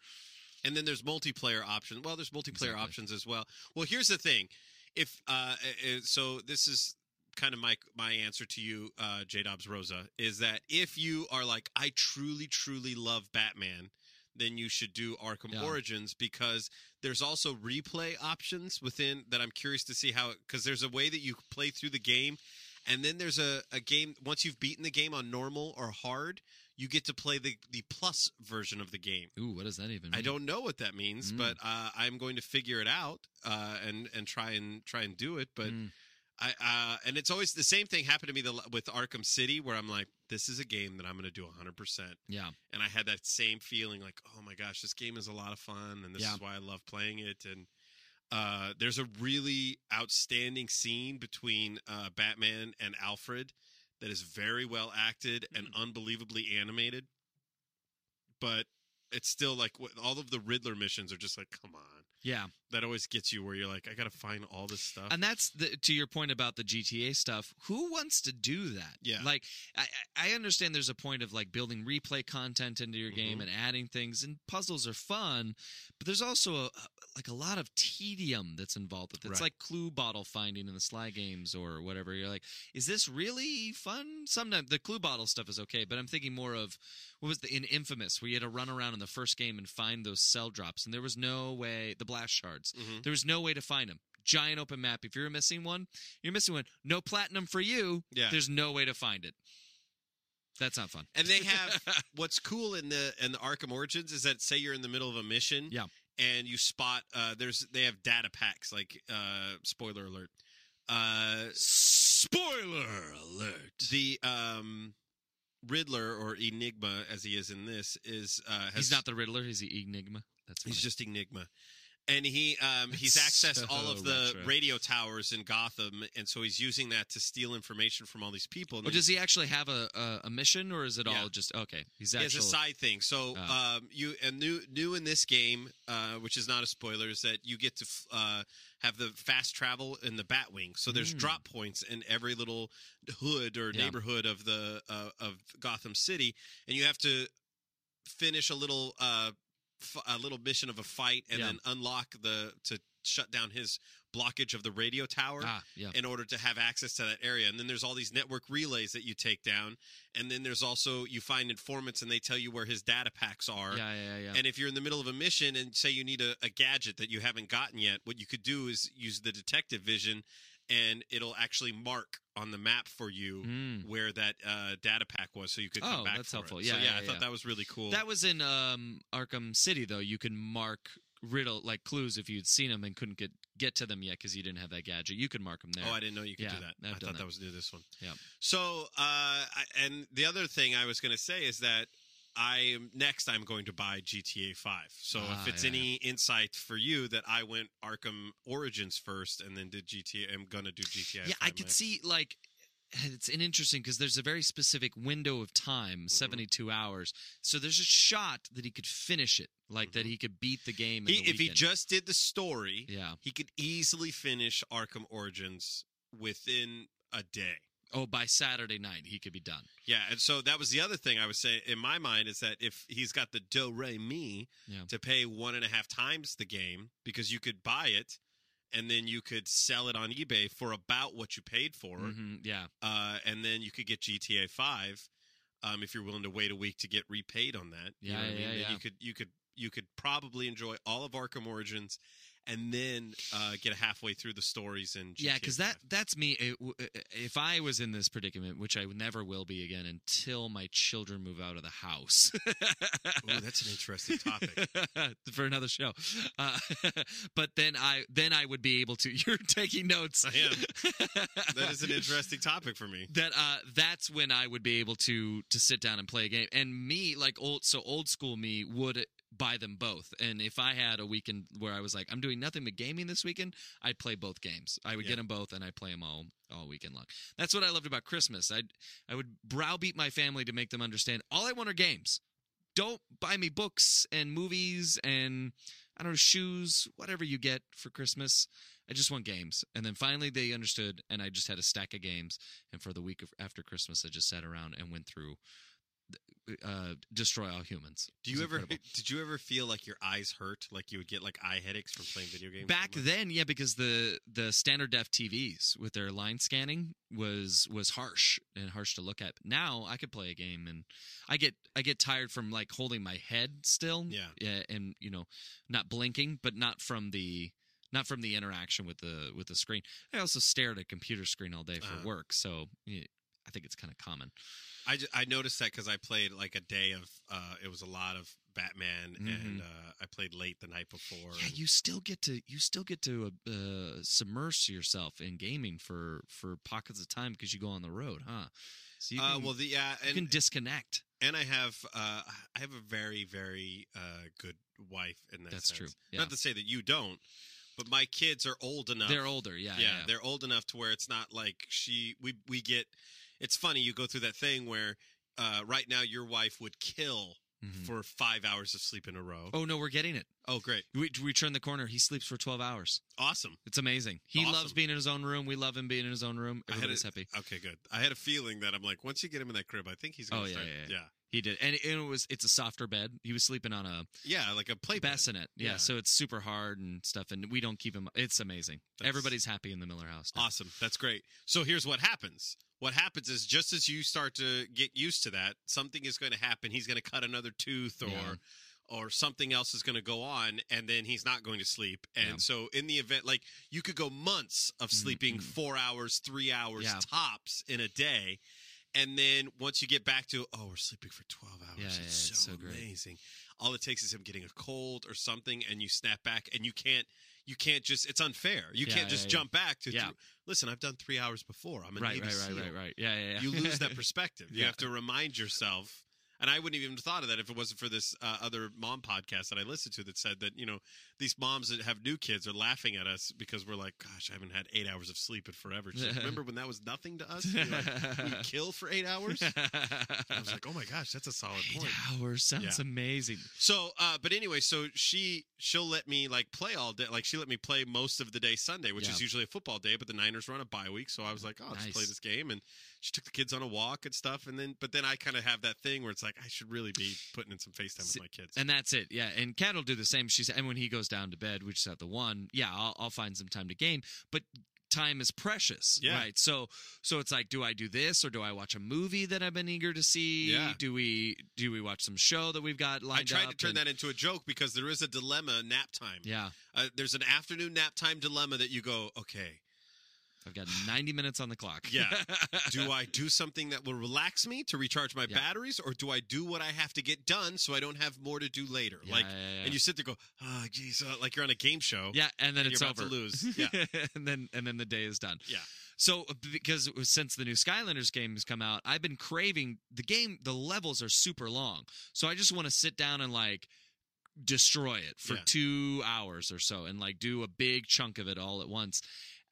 A: And then there's multiplayer options. Well, there's multiplayer
C: Exactly.
A: options as well. Well, here's the thing. If uh, uh, so, this is kind of my my answer to you, uh, J. Dobbs Rosa, is that if you are like, I truly, truly love Batman, then you should do Arkham
C: Yeah.
A: Origins because there's also replay options within that. I'm curious to see how because there's a way that you play through the game, and then there's a, a game once you've beaten the game on normal or hard, you get to play the the plus version of the game.
C: Ooh, what does that even? mean?
A: I don't know what that means,
C: Mm-hmm. Mm.
A: but uh, I'm going to figure it out uh, and and try and try and do it. But
C: Mm.
A: I uh, and it's always the same thing happened to me the, with Arkham City, where I'm like, this is a game that I'm going to do 100. percent
C: Yeah.
A: And I had that same feeling, like, oh my gosh, this game is a lot of fun, and this
C: Yeah.
A: is why I love playing it. And uh, there's a really outstanding scene between uh, Batman and Alfred that is very well acted and
C: Mm.
A: unbelievably animated. But it's still like wh- all of the Riddler missions are just like, come on.
C: Yeah.
A: That always gets you where you're like, I got to find all this stuff.
C: And that's the, to your point about the GTA stuff. Who wants to do that?
A: Yeah.
C: Like, I, I I understand there's a point of like building replay content into your
A: Mm-hmm.
C: game and adding things, and puzzles are fun, but there's also a, like a lot of tedium that's involved with it. It's
A: Right.
C: like clue bottle finding in the Sly games or whatever. You're like, is this really fun? Sometimes the clue bottle stuff is okay, but I'm thinking more of what was the in Infamous where you had to run around in the first game and find those cell drops, and there was no way the blast shards.
A: Mhm.
C: There was no way to find them. Giant open map. If you're missing one, you're missing one. No platinum for you.
A: Yeah.
C: There's no way to find it. That's not fun.
A: and they have what's cool in the in the Arkham Origins is that say you're in the middle of a mission,
C: Yeah.
A: and you spot uh there's they have data packs like uh spoiler alert. Uh
C: Spoiler alert.
A: the um Riddler or Enigma as he is in this is uh has,
C: He's not the Riddler. He's the Enigma. That's funny.
A: he's just Enigma. and he um, he's
K: so
A: accessed all of the
K: retro.
A: radio towers in Gotham, and so he's using that to steal information from all these people. And
C: Or
A: then-
C: does he actually have a a, a mission, or is it all
A: Yeah.
C: just okay? He's
A: He
C: actually
A: has a side thing. So
C: Ah.
A: um, you and new new in this game, uh, which is not a spoiler, is that you get to f- uh, have the fast travel in the Batwing. So there's
C: Mm.
A: drop points in every little hood or
C: Yeah.
A: neighborhood of the uh, of Gotham City, and you have to finish a little uh, f- a little mission of a fight, and
C: Yeah.
A: then unlock the to shut down his blockage of the radio tower
C: Ah, yeah.
A: in order to have access to that area. And then there's all these network relays that you take down. And then there's also you find informants and they tell you where his data packs are.
C: yeah, yeah, yeah, yeah.
A: And if you're in the middle of a mission and say you need a, a gadget that you haven't gotten yet, what you could do is use the detective vision and it'll actually mark on the map for you
C: Mm.
A: where that uh, data pack was so you could come
C: Oh,
A: back
C: that's
A: for
C: helpful.
A: it.
C: Yeah,
A: so, yeah,
C: yeah,
A: I thought
C: yeah.
A: that was really cool.
C: That was in um, Arkham City, though. You can mark riddle like clues if you'd seen them and couldn't get get to them yet because you didn't have that gadget. You could mark them there.
A: Oh, I didn't know you could
C: Yeah,
A: do that. I
C: I've done
A: thought
C: that.
A: that was new this one.
C: Yeah.
A: So, uh, I- and the other thing I was going to say is that I next I'm going to buy GTA 5. So
C: Ah,
A: if it's
C: yeah,
A: any insight for you that I went Arkham Origins first and then did GTA, I'm going to do GTA.
C: yeah,
A: if
C: I
A: may.
C: could see like it's an interesting because there's a very specific window of time,
A: Mm-hmm.
C: 72 hours. So there's a shot that he could finish it, like that he could beat the game. in
A: Mm-hmm. He,
C: the
A: if he
C: weekend.
A: just did the story,
C: yeah.
A: he could easily finish Arkham Origins within a day.
C: Oh, by Saturday night he could be done.
A: Yeah, and so that was the other thing I was saying in my mind is that if he's got the do re mi
C: Yeah.
A: to pay one and a half times the game because you could buy it and then you could sell it on eBay for about what you paid for,
C: Mhm, yeah.
A: uh, and then you could get GTA Five um, if you're willing to wait a week to get repaid on that. you
C: Yeah,
A: know what I
C: yeah,
A: mean? Then
C: yeah.
A: You could you could you could probably enjoy all of Arkham Origins and then uh, get halfway through the stories in GTA
C: yeah because
A: 5.
C: that that's me It w- uh, if i was in this predicament which i never will be again until my children move out of the house
A: Ooh, that's an interesting topic.
C: for another show uh, but then i then i would be able to you're taking notes
A: I am. that is an interesting topic for me.
C: that uh that's when i would be able to to sit down and play a game and me like old so old school me would buy them both and if i had a weekend where i was like i'm doing nothing but gaming this weekend i'd play both games i would get
A: Yeah.
C: them both and i play them all all weekend long that's what i loved about christmas i i would browbeat my family to make them understand all i want are games don't buy me books and movies and I don't know shoes, whatever you get for Christmas. I just want games. And then finally they understood, and I just had a stack of games. And for the week of, after Christmas, I just sat around and went through uh, destroy all humans.
A: Do
C: It was
A: you ever
C: incredible.
A: did you ever feel like your eyes hurt, like you would get like eye headaches from playing video games?
C: Back
A: so much?
C: then, yeah, because the the standard def TVs with their line scanning was was harsh and harsh to look at. But now I could play a game and I get I get tired from like holding my head still,
A: Yeah.
C: and you know not blinking, but not from the not from the interaction with the with the screen. I also stare at a computer screen all day for
A: Uh-huh.
C: work, so yeah, I think it's kind of common.
A: I, ju- I noticed that because I played like a day of uh, it was a lot of Batman, and uh, I played late the night before.
C: Mm-hmm. Yeah,
A: and-
C: you still get to you still get to uh, uh, submerge yourself in gaming for for pockets of time because you go on the road, huh? So you
A: uh,
C: can,
A: well, the yeah,
C: you can
A: and
C: disconnect.
A: and I have uh, I have a very very uh, good wife in that.
C: That's
A: sense.
C: true, yeah.
A: Not to say that you don't, but my kids are old enough.
C: They're older, yeah,
A: yeah,
C: yeah.
A: they're old enough to where it's not like she we we get it's funny you go through that thing where uh, right now your wife would kill
C: Mhm.
A: for five hours of sleep in a row
C: Oh no, we're getting it.
A: oh great
C: We we turn the corner. He sleeps for twelve hours.
A: awesome
C: It's amazing. He
A: Awesome.
C: loves being in his own room. We love him being in his own
A: I
C: room.
A: had
C: Everybody's
A: a-
C: happy.
A: okay good i had a feeling that i'm like once you get him in that crib i think he's gonna
C: Oh, yeah,
A: start
C: yeah,
A: yeah
C: He did, and, and it was it's a softer bed. He was sleeping on a
A: yeah, like a play bed.
C: bassinet, yeah,
A: Yeah.
C: So it's super hard and stuff. And we don't keep him. It's amazing.
A: That's-
C: Everybody's happy in the Miller house. now.
A: Awesome. That's great. So here's what happens. What happens is just as you start to get used to that, something is going to happen. He's going to cut another tooth or
C: Yeah.
A: or something else is going to go on and then he's not going to sleep. And
C: Yeah.
A: so in the event like you could go months of sleeping 4 hours, 3 hours
C: Mm-hmm. Yeah.
A: tops in a day. And then once you get back to oh, we're sleeping for 12 hours.
C: Yeah,
A: it's,
C: yeah,
A: so
C: it's so great.
A: amazing. All it takes is him getting a cold or something and you snap back and you can't you can't just it's unfair. You
C: Yeah,
A: can't just
C: yeah, yeah.
A: jump back to
C: Yeah.
A: th- listen, I've done three hours before. I'm a
C: Right,
A: Navy
C: right, right,
A: SEAL.
C: right, right. Yeah, yeah. yeah.
A: You lose that perspective. You
C: Yeah.
A: have to remind yourself. And I wouldn't have even thought of that if it wasn't for this uh, other mom podcast that I listened to that said that, you know, these moms that have new kids are laughing at us because we're like, gosh, I haven't had eight hours of sleep in forever. She's like, Remember when that was nothing to us? You're like, we kill for eight hours? I was like, oh my gosh, that's a solid point.
C: Hours sounds
A: Yeah.
C: amazing.
A: So, uh, but anyway, so she she'll let me like play all day. Like she let me play most of the day Sunday, which
C: Yeah.
A: is usually a football day. But the Niners were on a bye week, so I was like, oh, I'll just play
C: Nice.
A: this game. And she took the kids on a walk and stuff. And then, but then I kind of have that thing where it's like I should really be putting in some FaceTime
C: Si-
A: with my kids.
C: And that's it. Yeah. And Kat will do the same. She's and when he goes down to bed, we just have the one. Yeah, I'll, I'll find some time to game, but time is precious,
A: Yeah.
C: right? So so it's like, do I do this or do I watch a movie that I've been eager to see?
A: Yeah.
C: Do we do we watch some show that we've got lined
A: I tried
C: up?
A: to turn
C: And-
A: that into a joke because there is a dilemma nap time.
C: Yeah,
A: Uh, there's an afternoon nap time dilemma that you go, okay,
C: I've got 90 minutes on the clock.
A: Yeah. do I do something that will relax me to recharge my
C: Yeah.
A: batteries, or do I do what I have to get done so I don't have more to do later?
C: Yeah,
A: like,
C: yeah, yeah.
A: and you sit there and go, oh, geez, uh, like you're on a game show.
C: Yeah, and then
A: And
C: it's
A: you're about
C: over.
A: to lose. Yeah.
C: and then and then the day is done.
A: Yeah.
C: So because it was- since the new Skylanders game has come out, I've been craving the game. The levels are super long, so I just want to sit down and like destroy it for
A: Yeah.
C: two hours or so, and like do a big chunk of it all at once.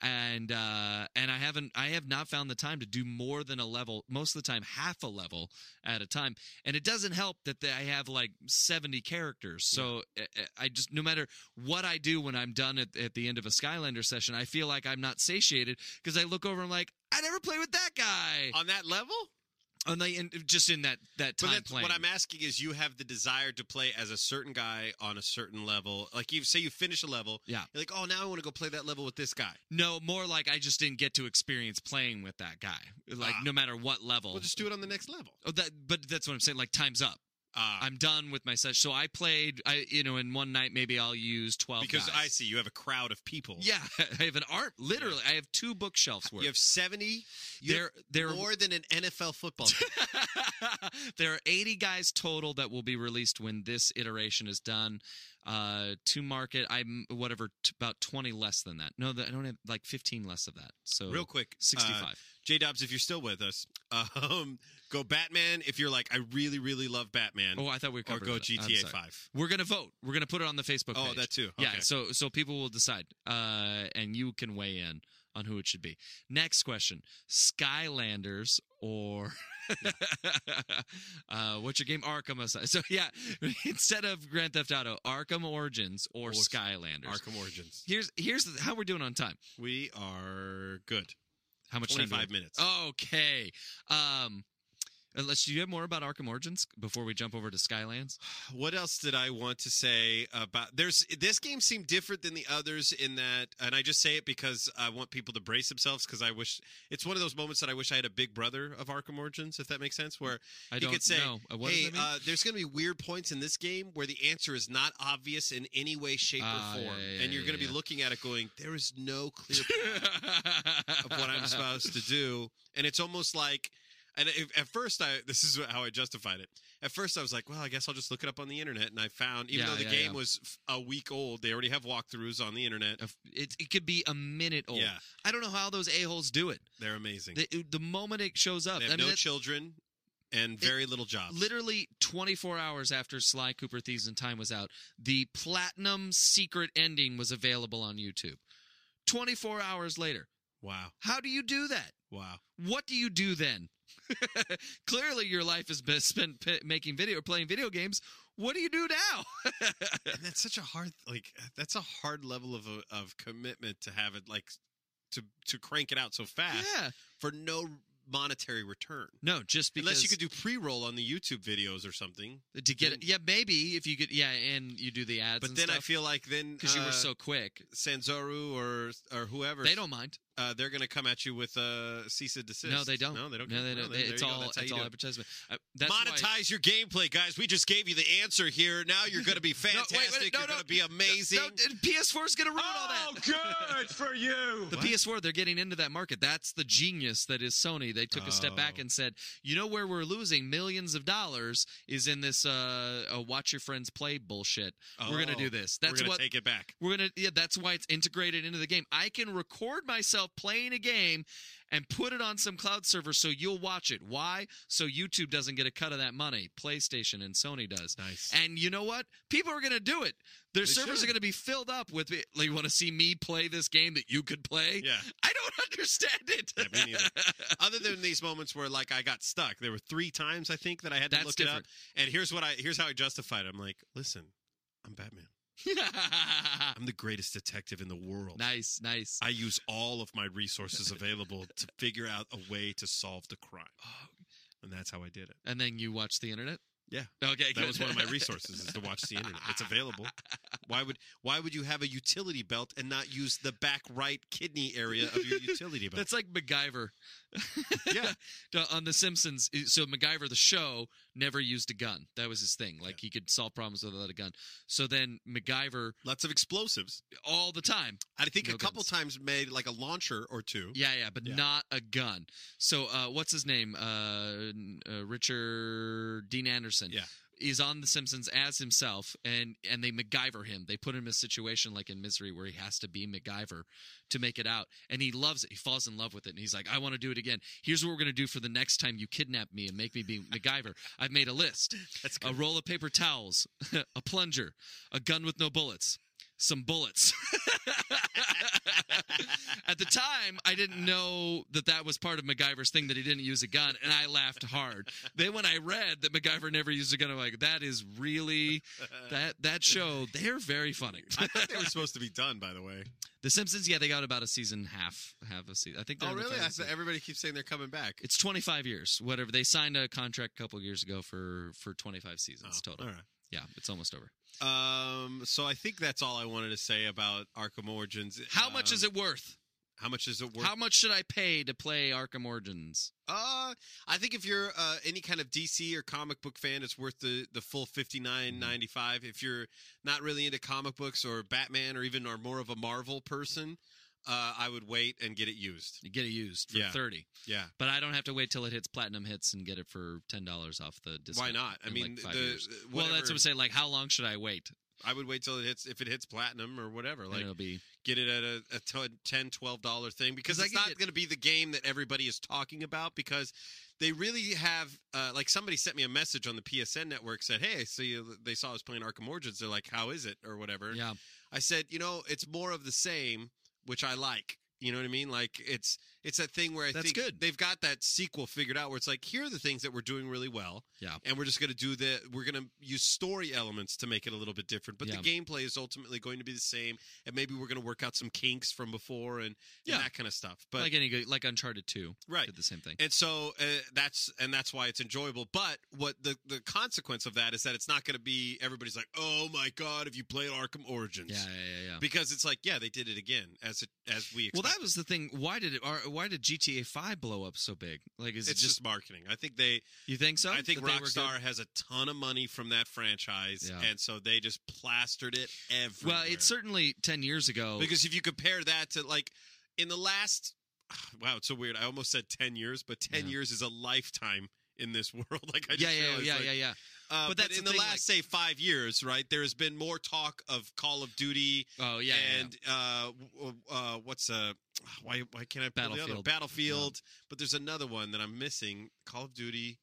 C: And uh, and I haven't I have not found the time to do more than a level most of the time half a level at a time and it doesn't help that they, I have like 70 characters. So uh, uh, I just, no matter what I do when I'm done at, at the end of a Skylander session, I feel like I'm not satiated because I look over and I'm like, I never played with that guy.
A: On that level?
C: And they, and just in that, that
A: Uh, But
C: time
A: that's
C: playing.
A: what I'm asking is you have the desire to play as a certain guy on a certain level. Like you say you finish a level.
C: Yeah.
A: You're like, oh, now I want to go play that level with this guy.
C: no, more like I just didn't get to experience playing with that guy. Like
A: Ah.
C: no matter what level.
A: We'll just do it on the next level.
C: oh, that, but that's what I'm saying. Like time's up.
A: Uh,
C: I'm done with my session. So I played, I you know, in one night maybe I'll use 12
A: because
C: guys.
A: I see you have a crowd of people.
C: Yeah, I have an arm. Literally, I have two bookshelves worth.
A: You have 70.
C: There, there,
A: more than an NFL football team.
C: there are 80 guys total that will be released when this iteration is done. Uh, to market, I'm whatever t- about 20 less than that. No, that I don't have like 15 less of that. So
A: Real quick, uh,
C: 65.
A: J Dobbs, if you're still with us, um, go Batman. If you're like, I really, really love Batman,
C: oh, I thought we were
A: or
C: covered
A: go
C: with that. I'm
A: GTA
C: sorry.
A: Five.
C: We're gonna vote. We're gonna put it on the Facebook.
A: Oh,
C: page.
A: that too.
C: Yeah.
A: Okay.
C: So so people will decide, uh, and you can weigh in on who it should be. Next question: Skylanders or uh, what's your game? Arkham. Asylum. So yeah, instead of Grand Theft Auto, Arkham Origins or
A: Or-
C: Skylanders.
A: Arkham Origins.
C: Here's here's the, how we're doing on time.
A: We are good.
C: How much time? do Oh. we have?
A: Twenty-five minutes.
C: Okay. Um, unless do you have more about Arkham Origins before we jump over to Skylands.
A: What else did I want to say about? There's this game seemed different than the others in that, and I just say it because I want people to brace themselves because I wish it's one of those moments that I wish I had a big brother of Arkham Origins, if that makes sense. Where
C: I
A: You
C: don't
A: could say,
C: know. Uh, What does
A: hey,
C: that mean?
A: uh, there's going to be weird points in this game where the answer is not obvious in any way, shape,
C: Ah,
A: or
C: yeah,
A: form,
C: yeah, yeah,
A: and you're
C: yeah,
A: going to
C: yeah.
A: be looking at it going, "There is no clear path uh, of what I'm supposed to do," and it's almost like. And if, at first, I this is how I justified it. At first, I was like, "Well, I guess I'll just look it up on the internet." And I found, even
C: Yeah,
A: though the
C: yeah,
A: game
C: yeah.
A: was f- a week old, they already have walkthroughs on the internet.
C: A f- It, it could be a minute old.
A: Yeah.
C: I don't know how those a-holes do it.
A: They're amazing. They,
C: The, the moment it shows up, I
A: have
C: mean,
A: no
C: that's
A: children and very little jobs.
C: literally 24 hours after Sly Cooper Thieves in Time was out, the platinum secret ending was available on YouTube. 24 hours later.
A: wow,
C: How do you do that?
A: wow.
C: What do you do then? Clearly, your life has been spent p- making video or playing video games. What do you do now?
A: and that's such a hard like that's a hard level of uh, of commitment to have it like to to crank it out so fast
C: yeah.
A: for no monetary return
C: No, just because
A: unless you could do pre-roll on the youtube videos or something
C: to get
A: then-
C: it. Yeah, maybe if you could. Yeah, and you do the ads.
A: but
C: and
A: then i
C: stuff.
A: feel like then
C: because you
A: uh,
C: were so quick.
A: sanzoru or or whoever
C: They don't mind.
A: uh, they're gonna come at you with uh cease and desist
C: No, they don't.
A: no they don't
C: No,
A: care.
C: they
A: Well, then
C: don't. They-
A: there
C: it's
A: you go.
C: all.
A: That's how
C: It's
A: you
C: all
A: do it.
C: advertisement. Uh, that's why-
A: monetize your gameplay guys we just gave you the answer here now you're gonna be
C: wait,
A: fantastic
C: no,
A: you're
C: no.
A: gonna be amazing
C: No, PS4 is going to ruin all
D: Oh,
C: that.
D: good for you.
C: The PS4, they're getting into that market. That's the genius that is Sony. They took a step back
A: Oh.
C: and said, you know where we're losing millions of dollars is in this uh, uh watch your friends play bullshit. We're going to
A: Oh,
C: do this.
A: we're
C: That's
A: gonna
C: what
A: take it back
C: we're going to yeah, that's why it's integrated into the game. I can record myself yourself playing a game and put it on some cloud server so you'll watch it. Why? So YouTube doesn't get a cut of that money. PlayStation and Sony does.
A: Nice.
C: And you know what? People are going to do it. Their
A: They
C: servers
A: should.
C: are going to be filled up with. it. Like, you want to see me play this game that you could play?
A: Yeah.
C: I don't understand it.
A: Yeah, me neither. Other than these moments where like I got stuck, there were three times I think that I had to
C: That's
A: look it up.
C: different.
A: And here's what I here's how I justified. it. I'm like, listen, I'm Batman. I'm the greatest detective in the world.
C: nice, nice.
A: I use all of my resources available to figure out a way to solve the crime. And that's how I did it.
C: And then you watch the internet.
A: Yeah.
C: Okay.
A: That was
C: good.
A: one of my resources is to watch the internet. It's available. Why would why would you have a utility belt and not use the back right kidney area of your utility belt?
C: That's like MacGyver.
A: Yeah.
C: To- on The Simpsons, so MacGyver the show never used a gun. That was his thing. Like he could solve problems without a gun. So then MacGyver
A: Lots of explosives.
C: all the time.
A: I think
C: No
A: a couple
C: guns.
A: times made like a launcher or two.
C: Yeah, yeah, but
A: Yeah.
C: not a gun. So uh, what's his name? Uh, n- uh, Richard Dean Anderson.
A: Yeah.
C: Is on The Simpsons as himself, and and they MacGyver him. They put him in a situation like in Misery where he has to be MacGyver to make it out, and he loves it. He falls in love with it, and he's like, "I want to do it again. Here's what we're gonna do for the next time you kidnap me and make me be MacGyver. I've made a list:
A: That's
C: a roll of paper towels, a plunger, a gun with no bullets, some bullets." At the time, I didn't know that that was part of MacGyver's thing that he didn't use a gun, and I laughed hard. Then when I read that MacGyver never used a gun, I'm like, that is really that that show. They're very funny.
A: I thought they were supposed to be done, by the way.
C: the Simpsons, yeah, they got about a season half half a season. I
A: Oh,
C: think. they're in the final season.
A: everybody keeps saying they're coming back.
C: it's 25 years, whatever. They signed a contract a couple years ago for for 25 seasons
A: Oh,
C: total.
A: all right.
C: Yeah, it's almost over.
A: Um, so I think that's all I wanted to say about Arkham Origins.
C: How much
A: Um,
C: is it worth?
A: How much is it worth?
C: How much should I pay to play Arkham Origins?
A: uh, I think if you're uh, any kind of DC or comic book fan, it's worth the the full fifty nine ninety five. If you're not really into comic books or Batman or even are more of a Marvel person, uh, I would wait and get it used.
C: You get it used for
A: Yeah.
C: 30.
A: Yeah.
C: But I don't have to wait till it hits platinum hits and get it for ten dollars off the discount.
A: Why not? I
C: in,
A: mean,
C: like, five
A: the
C: years. well,
A: whatever-
C: that's what I'm saying. Like, how long should I wait?
A: I would wait till it hits if it hits platinum or whatever.
C: Like,
A: Like
C: it'll be
A: get it at a, a t- 10 12 dollar thing because
C: 'Cause I
A: it's
C: could
A: not
C: get-
A: going to be the game that everybody is talking about because they really have uh, like somebody sent me a message on the psn network said hey so you, they saw us playing arkham origins they're like how is it or whatever
C: yeah.
A: i said you know it's more of the same which i like you know what i mean like it's it's that thing where i
C: That's
A: think
C: good.
A: they've got that sequel figured out where it's like here are the things that we're doing really well
C: Yeah.
A: and we're just going to do the we're going to use story elements to make it a little bit different but
C: Yeah.
A: the gameplay is ultimately going to be the same and maybe we're going to work out some kinks from before and, and
C: Yeah.
A: that kind of stuff but
C: like any good, like Uncharted Two
A: right
C: did the same thing.
A: and so uh, that's and that's why it's enjoyable but what the the consequence of that is that it's not going to be everybody's like oh my god if you played arkham origins
C: Yeah, yeah, yeah, yeah.
A: because it's like yeah they did it again as it as we
C: Well,
A: expected.
C: that was the thing. Why did it? or Why did GTA Five blow up so big? Like, is
A: it's
C: it
A: just,
C: just,
A: marketing i think they
C: you think so?
A: i think
C: That they were good?
A: rockstar has a ton of money from that franchise
C: Yeah.
A: and so they just plastered it everywhere
C: Well, it's certainly ten years ago.
A: Because if you compare that to like in the last wow, it's so weird. I almost said ten years, but ten
C: Yeah.
A: years is a lifetime in this world. Like I just
C: yeah, yeah,
A: realized,
C: yeah,
A: like,
C: yeah, yeah.
A: uh,
C: But
A: but,
C: that's
A: in
C: the
A: the
C: thing,
A: last say five years, right? There has been more talk of Call of Duty
C: Oh, yeah, yeah, yeah.
A: and uh w Uh, what's uh why why can't I pull the other
C: Battlefield.
A: Battlefield? But there's another one that I'm missing. Call of Duty.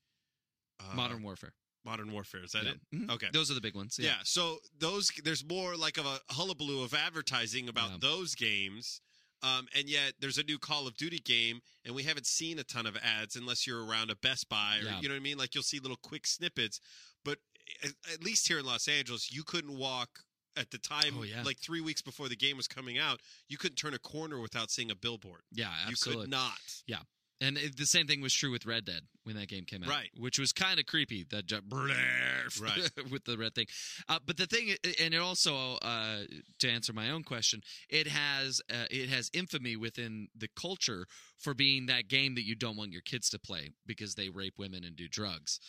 A: Uh,
C: Modern Warfare.
A: Modern Warfare is that
C: Yeah.
A: it?
C: Mhm.
A: Okay.
C: Those are the big ones.
A: Yeah. So those there's more like of a hullabaloo of advertising about
C: Yeah.
A: those games. Um, and yet there's a new Call of Duty game, and we haven't seen a ton of ads unless you're around a Best Buy or
C: Yeah.
A: you know what I mean. Like you'll see little quick snippets, but at, at least here in Los Angeles, you couldn't walk at the time,
C: Oh, yeah.
A: like three weeks before the game was coming out, you couldn't turn a corner without seeing a billboard.
C: Yeah, absolutely.
A: You could not.
C: And it, the same thing was true with Red Dead when that game came out,
A: Right.
C: Which was kind of creepy. That ju-
A: Right.
C: with the red thing, uh, but the thing, and it also uh, to answer my own question, it has uh, it has infamy within the culture for being that game that you don't want your kids to play because they rape women and do drugs.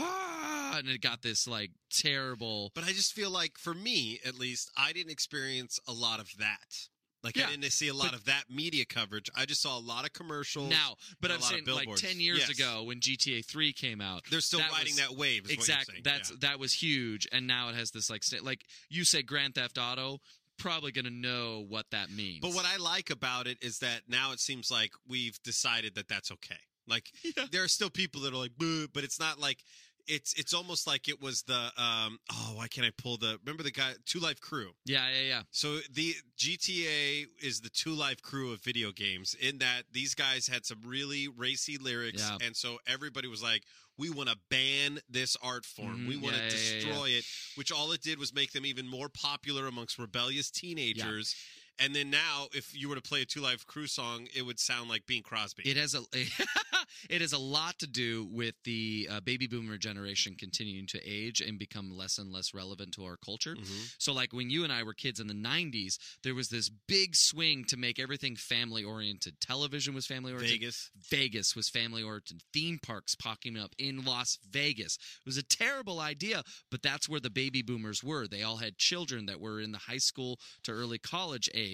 C: Ah, and it got this like terrible.
A: But I just feel like, for me at least, I didn't experience a lot of that. Like
C: Yeah,
A: I didn't see a lot
C: but-
A: of that media coverage. I just saw a lot of commercials.
C: Now, but
A: and a lot
C: I'm
A: of
C: saying like
A: billboards.
C: ten years
A: Yes.
C: ago when GTA Three came out,
A: they're still
C: that
A: riding
C: was-
A: that wave. Is
C: Exactly.
A: What you're saying.
C: That's that was huge, and now it has this like sta- like you said, Grand Theft Auto probably going to know what that means.
A: But what I like about it is that now it seems like we've decided that that's okay. Like there are still people that are like, Boo, but it's not like it's it's almost like it was the um oh why can't I pull the remember the guy Two Life Crew.
C: yeah, yeah, yeah.
A: So the GTA is the Two Life Crew of video games in that these guys had some really racy lyrics
C: Yeah.
A: and so everybody was like we want to ban this art form.
C: Mhm,
A: we want to
C: yeah, yeah, yeah, yeah.
A: destroy it, which all it did was make them even more popular amongst rebellious teenagers. And then now, if you were to play a Two Life Crew song, it would sound like Bing Crosby.
C: It has a it has a lot to do with the uh, baby boomer generation continuing to age and become less and less relevant to our culture.
A: Mm-hmm.
C: So like when you and I were kids in the 90s, there was this big swing to make everything family oriented. Television was family oriented.
A: Vegas.
C: Vegas was family oriented. Theme parks popping up in Las Vegas. It was a terrible idea, but that's where the baby boomers were. They all had children that were in the high school to early college age,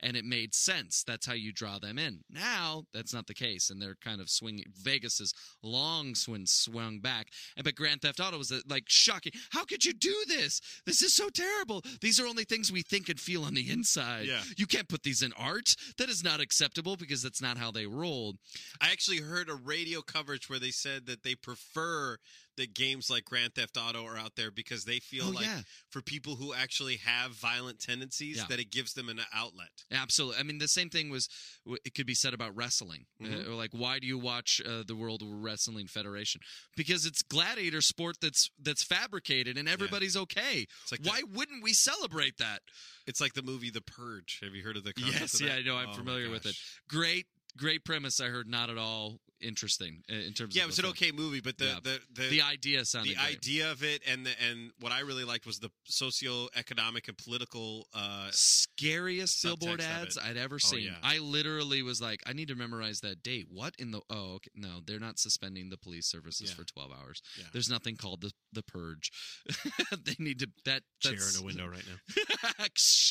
C: and it made sense. That's how you draw them in. Now, that's not the case, and they're kind of swinging. Vegas is long swing swung back. And but Grand Theft Auto was uh, like shocking. How could you do this? This is so terrible. These are only things we think and feel on the inside.
A: Yeah.
C: You can't put these in art. That is not acceptable because that's not how they rolled.
A: I actually heard a radio coverage where they said that they prefer that games like Grand Theft Auto are out there because they feel
C: Oh,
A: like
C: yeah.
A: for people who actually have violent tendencies
C: Yeah.
A: that it gives them an outlet.
C: Absolutely. I mean, the same thing was w- it could be said about wrestling.
A: Mhm.
C: Uh, or like, why do you watch uh, the World Wrestling Federation? Because it's gladiator sport that's that's fabricated, and everybody's okay.
A: It's like
C: why wouldn't we celebrate that?
A: It's like the movie The Purge. Have you heard of the concept
C: Yes,
A: of
C: yeah,
A: that?
C: I know. I'm
A: Oh my
C: familiar with it.
A: gosh.
C: Great, great premise. I heard not at all interesting uh, in terms.
A: Yeah, it
C: of
A: was
C: the
A: an
C: film.
A: okay movie, but the
C: Yeah.
A: the the,
C: The idea sounded.
A: the
C: great.
A: idea of it and the and what I really liked was the socio-economic and political uh
C: Scariest
A: the subtext
C: billboard
A: of
C: ads
A: it. Oh,
C: I'd ever seen.
A: yeah.
C: I literally was like, I need to memorize that date. What in the? Oh, okay. no, they're not suspending the police services
A: Yeah.
C: for twelve hours.
A: Yeah.
C: There's nothing called the the purge. they need to that
A: chair
C: that's,
A: in a window right now.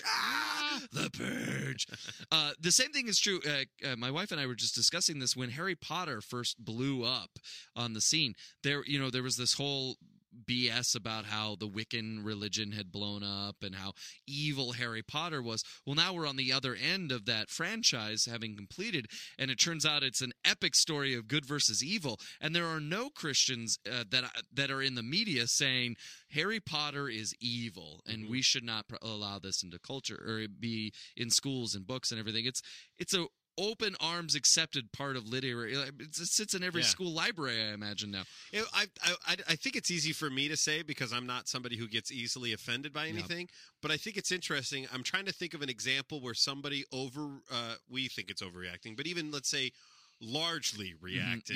C: Ah, the purge. Uh, the same thing is true. Uh, uh, my wife and I were just discussing this when Harry Potter first blew up on the scene. There, you know, there was this whole BS about how the Wiccan religion had blown up and how evil Harry Potter was. Well, now we're on the other end of that franchise having completed, and it turns out it's an epic story of good versus evil. And there are no Christians uh, that that are in the media saying Harry Potter is evil, and we should not pr- allow this into culture or it be in schools and books and everything. It's it's a open arms accepted part of literary. It sits in every
A: Yeah.
C: school library, I imagine now.
A: You know, I, I I- I think it's easy for me to say because I'm not somebody who gets easily offended by anything. But I think it's interesting. I'm trying to think of an example where somebody over uh, we think it's overreacting, but even let's say largely reacted
C: Mm-hmm.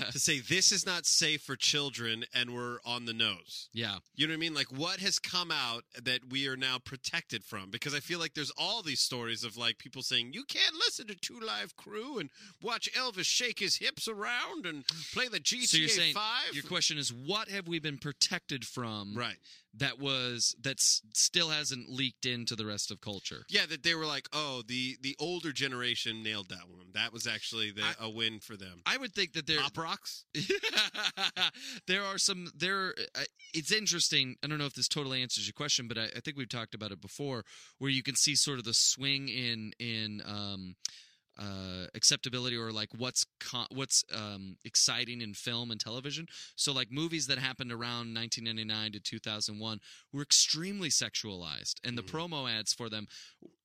C: Yeah,
A: to say this is not safe for children and we're on the nose.
C: yeah.
A: You know what I mean? Like what has come out that we are now protected from? Because I feel like there's all these stories of like people saying you can't listen to Two Live Crew and watch Elvis shake his hips around and play the GTA
C: So you're saying
A: Five.
C: your question is what have we been protected from?
A: right?
C: That was that's still hasn't leaked into the rest of culture.
A: Yeah, that they were like, oh, the the older generation nailed that one. That was actually the, a win for them.
C: I would think that there
A: Um, Pop rocks.
C: there are some there uh, it's interesting i don't know if this totally answers your question but I, I think we've talked about it before where you can see sort of the swing in in um uh, acceptability or like what's co what's um, exciting in film and television. So like movies that happened around 1999 to 2001 were extremely sexualized, and the
A: Mm-hmm.
C: promo ads for them.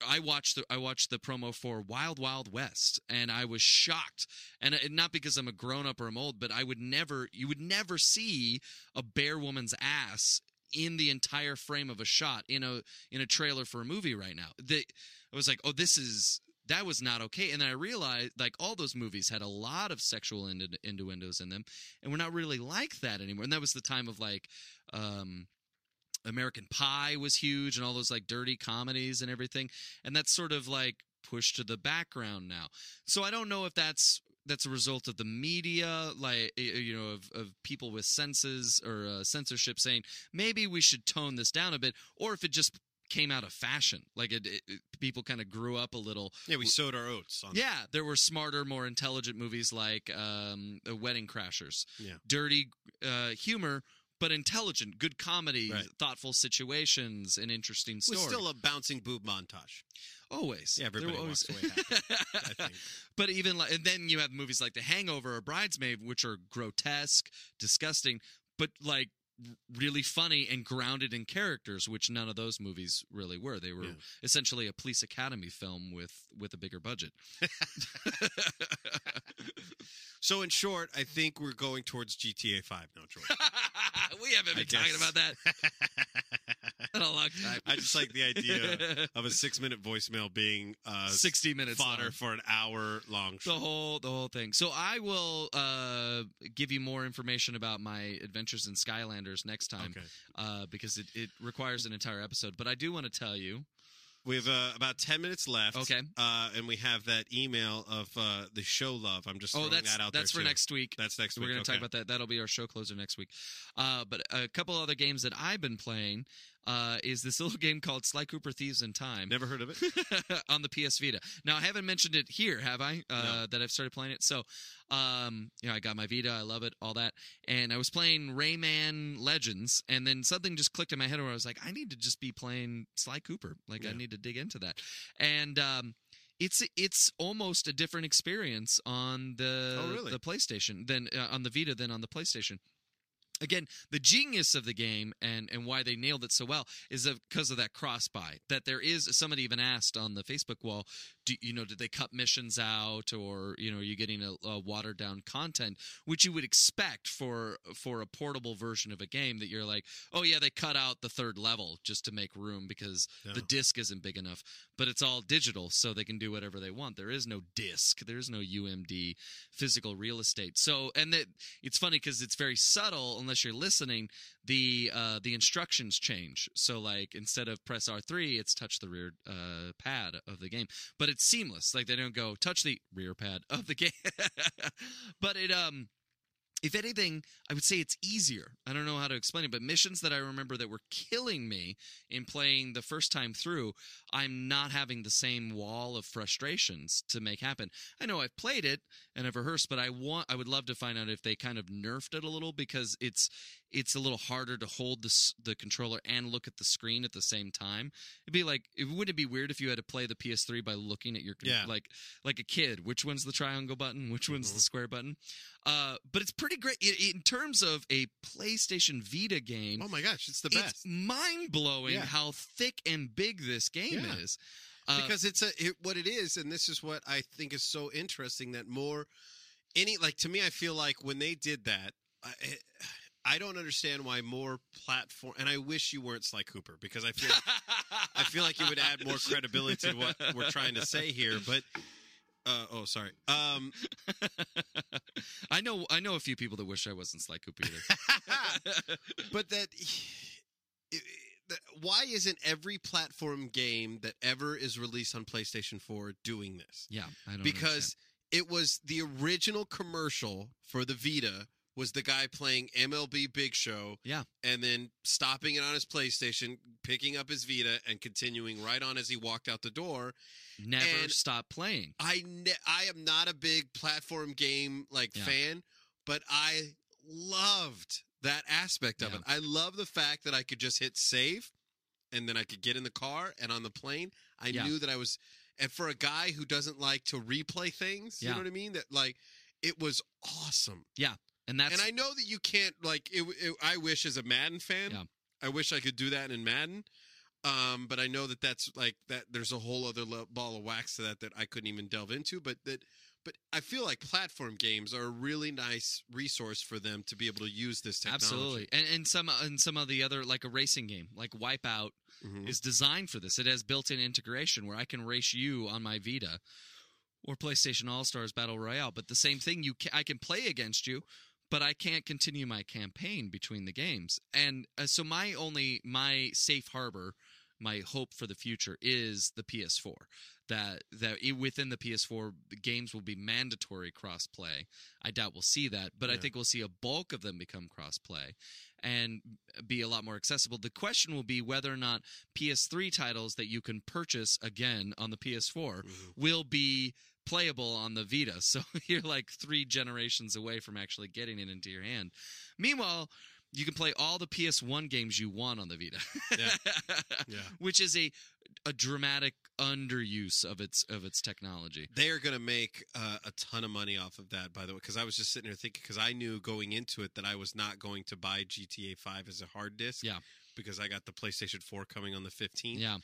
C: I watched the I watched the promo for Wild Wild West, and I was shocked. And, and not because I'm a grown up or I'm old, but I would never you would never see a bare woman's ass in the entire frame of a shot in a in a trailer for a movie right now. The, I was like, oh, this is that was not okay. And then I realized like all those movies had a lot of sexual innu- innuendos in them, and we're not really like that anymore. And that was the time of like. um American Pie was huge and all those like dirty comedies and everything. And that's sort of like pushed to the background now. So I don't know if that's that's a result of the media, like y- you know, of, of people with senses or uh, censorship saying maybe we should tone this down a bit, or if it just came out of fashion, like it, it, it- people kind of grew up a little.
A: Yeah, we sowed our oats. on
C: Yeah, there were smarter, more intelligent movies like um, The Wedding Crashers.
A: Yeah.
C: Dirty uh, humor, but intelligent, good comedy, thoughtful situations, and interesting
A: With
C: story.
A: still a bouncing boob montage.
C: Always.
A: Yeah, everybody
C: There will
A: walks
C: always-
A: away happy. I think.
C: But even like, and then you have movies like The Hangover or Bridesmaid, which are grotesque, disgusting, but like r- really funny and grounded in characters, which none of those movies really were. They were
A: Yeah.
C: essentially a police academy film with with a bigger budget.
A: So in short, I think we're going towards GTA Five now, Troy.
C: we haven't
A: I
C: been talking
A: guess.
C: about that in a long time.
A: I just like the
C: uh,
A: idea of a six-minute voicemail being uh,
C: 60 minutes
A: fodder
C: long.
A: for an hour-long
C: the whole the whole thing. So I will uh, give you more information about my adventures in Skylanders next time
A: Okay.
C: uh, because it, it requires an entire episode. But I do want to tell you.
A: We have uh, about ten minutes left.
C: Okay.
A: uh, and we have that email of uh, the show love. I'm just
C: Oh,
A: throwing
C: that's
A: that out
C: that's
A: there,
C: for
A: too.
C: next week.
A: That's next
C: We're
A: week.
C: going to talk
A: okay.
C: about that. That'll be our show closer next week. Uh, but a couple other games that I've been playing uh, is this little game called Sly Cooper Thieves in Time.
A: Never heard of it.
C: on the PS Vita. Now I haven't mentioned it here, have I? Uh, That I've started playing it. So, um, you know, I got my Vita, I love it, all that, and I was playing Rayman Legends, and then something just clicked in my head where I was like, I need to just be playing Sly Cooper. Like I
A: Yeah.
C: need to dig into that, and um, it's it's almost a different experience on the
A: Oh, really?
C: the PlayStation than uh, on the Vita than on the PlayStation again the genius of the game and and why they nailed it so well is because of that cross buy that there is somebody even asked on the facebook wall do you know did they cut missions out or you know are you getting a, a watered down content which you would expect for for a portable version of a game that you're like oh yeah they cut out the third level just to make room because the
A: Yeah.
C: disc isn't big enough but it's all digital so they can do whatever they want there is no disc there is no umd physical real estate so and that it's funny because it's very subtle unless you're listening the uh the instructions change so like instead of press r3 it's touch the rear uh pad of the game but it's seamless like they don't go touch the rear pad of the game but it um if anything, I would say it's easier. I don't know how to explain it, but missions that I remember that were killing me in playing the first time through, I'm not having the same wall of frustrations to make happen. I know I've played it and I've rehearsed, but I want I would love to find out if they kind of nerfed it a little because it's it's a little harder to hold the s- the controller and look at the screen at the same time. It'd be like it would it be weird if you had to play the PS3 by looking at your con-
A: Yeah.
C: like like a kid, which one's the triangle button, which one's the square button. Uh, but it's pretty great i in terms of a PlayStation Vita game.
A: Oh my gosh, it's the
C: it's
A: best
C: mind blowing
A: Yeah.
C: how thick and big this game
A: Yeah.
C: is. Uh,
A: because it's a it, what it is, and this is what I think is so interesting that more any like to me, I feel like when they did that, I, eh, I don't understand why more platform. And I wish you weren't Sly Cooper because I feel I feel like it would add more credibility to what we're trying to say here, but. Uh, oh, sorry. Um,
C: I know I know a few people that wish I wasn't Sly Cooper either.
A: but that it- that- why isn't every platform game that ever is released on PlayStation 4 doing this?
C: yeah, I don't
A: Because it was the original commercial for the Vita was the guy playing MLB Big Show
C: Yeah.
A: and then stopping it on his PlayStation, picking up his Vita and continuing right on as he walked out the door.
C: understand. never
A: and-
C: stop playing.
A: I ne- I am not a big platform game like
C: Yeah.
A: fan, but I loved that aspect of
C: Yeah.
A: it. I love the fact that I could just hit save and then I could get in the car and on the plane. I
C: Yeah.
A: knew that I was and for a guy who doesn't like to replay things, you
C: Yeah.
A: know what I mean? That like it was awesome.
C: And that's
A: and I know that you can't like it, it I wish as a Madden fan,
C: Yeah.
A: I wish I could do that in Madden. Um, but I know that that's like that. There's a whole other lo- ball of wax to that that I couldn't even delve into. But that, but I feel like platform games are a really nice resource for them to be able to use this technology.
C: absolutely. And and some and some of the other like a racing game, like Wipeout
A: Mhm.
C: is designed for this. It has built-in integration where I can race you on my Vita or PlayStation All Stars Battle Royale. But the same thing, you ca I can play against you, but I can't continue my campaign between the games. And uh, so my only my safe harbor, my hope for the future is the PS4. That that i- within the PS4 the games will be mandatory cross-play. I doubt we'll see that, but I
A: Yeah.
C: think we'll see a bulk of them become cross-play and be a lot more accessible. The question will be whether or not PS3 titles that you can purchase again on the PS4
A: Mm-hmm.
C: will be playable on the Vita. So you're like three generations away from actually getting it into your hand. Meanwhile, you can play all the PS1 games you want on the Vita.
A: Yeah.
C: Which is a a dramatic underuse of its of its technology.
A: They are going to make uh, a ton of money off of that, by the way, because I was just sitting here thinking, because I knew going into it that I was not going to buy GTA 5 as a hard disk.
C: Yeah.
A: Because I got the PlayStation 4 coming on the 15th.
C: Yeah.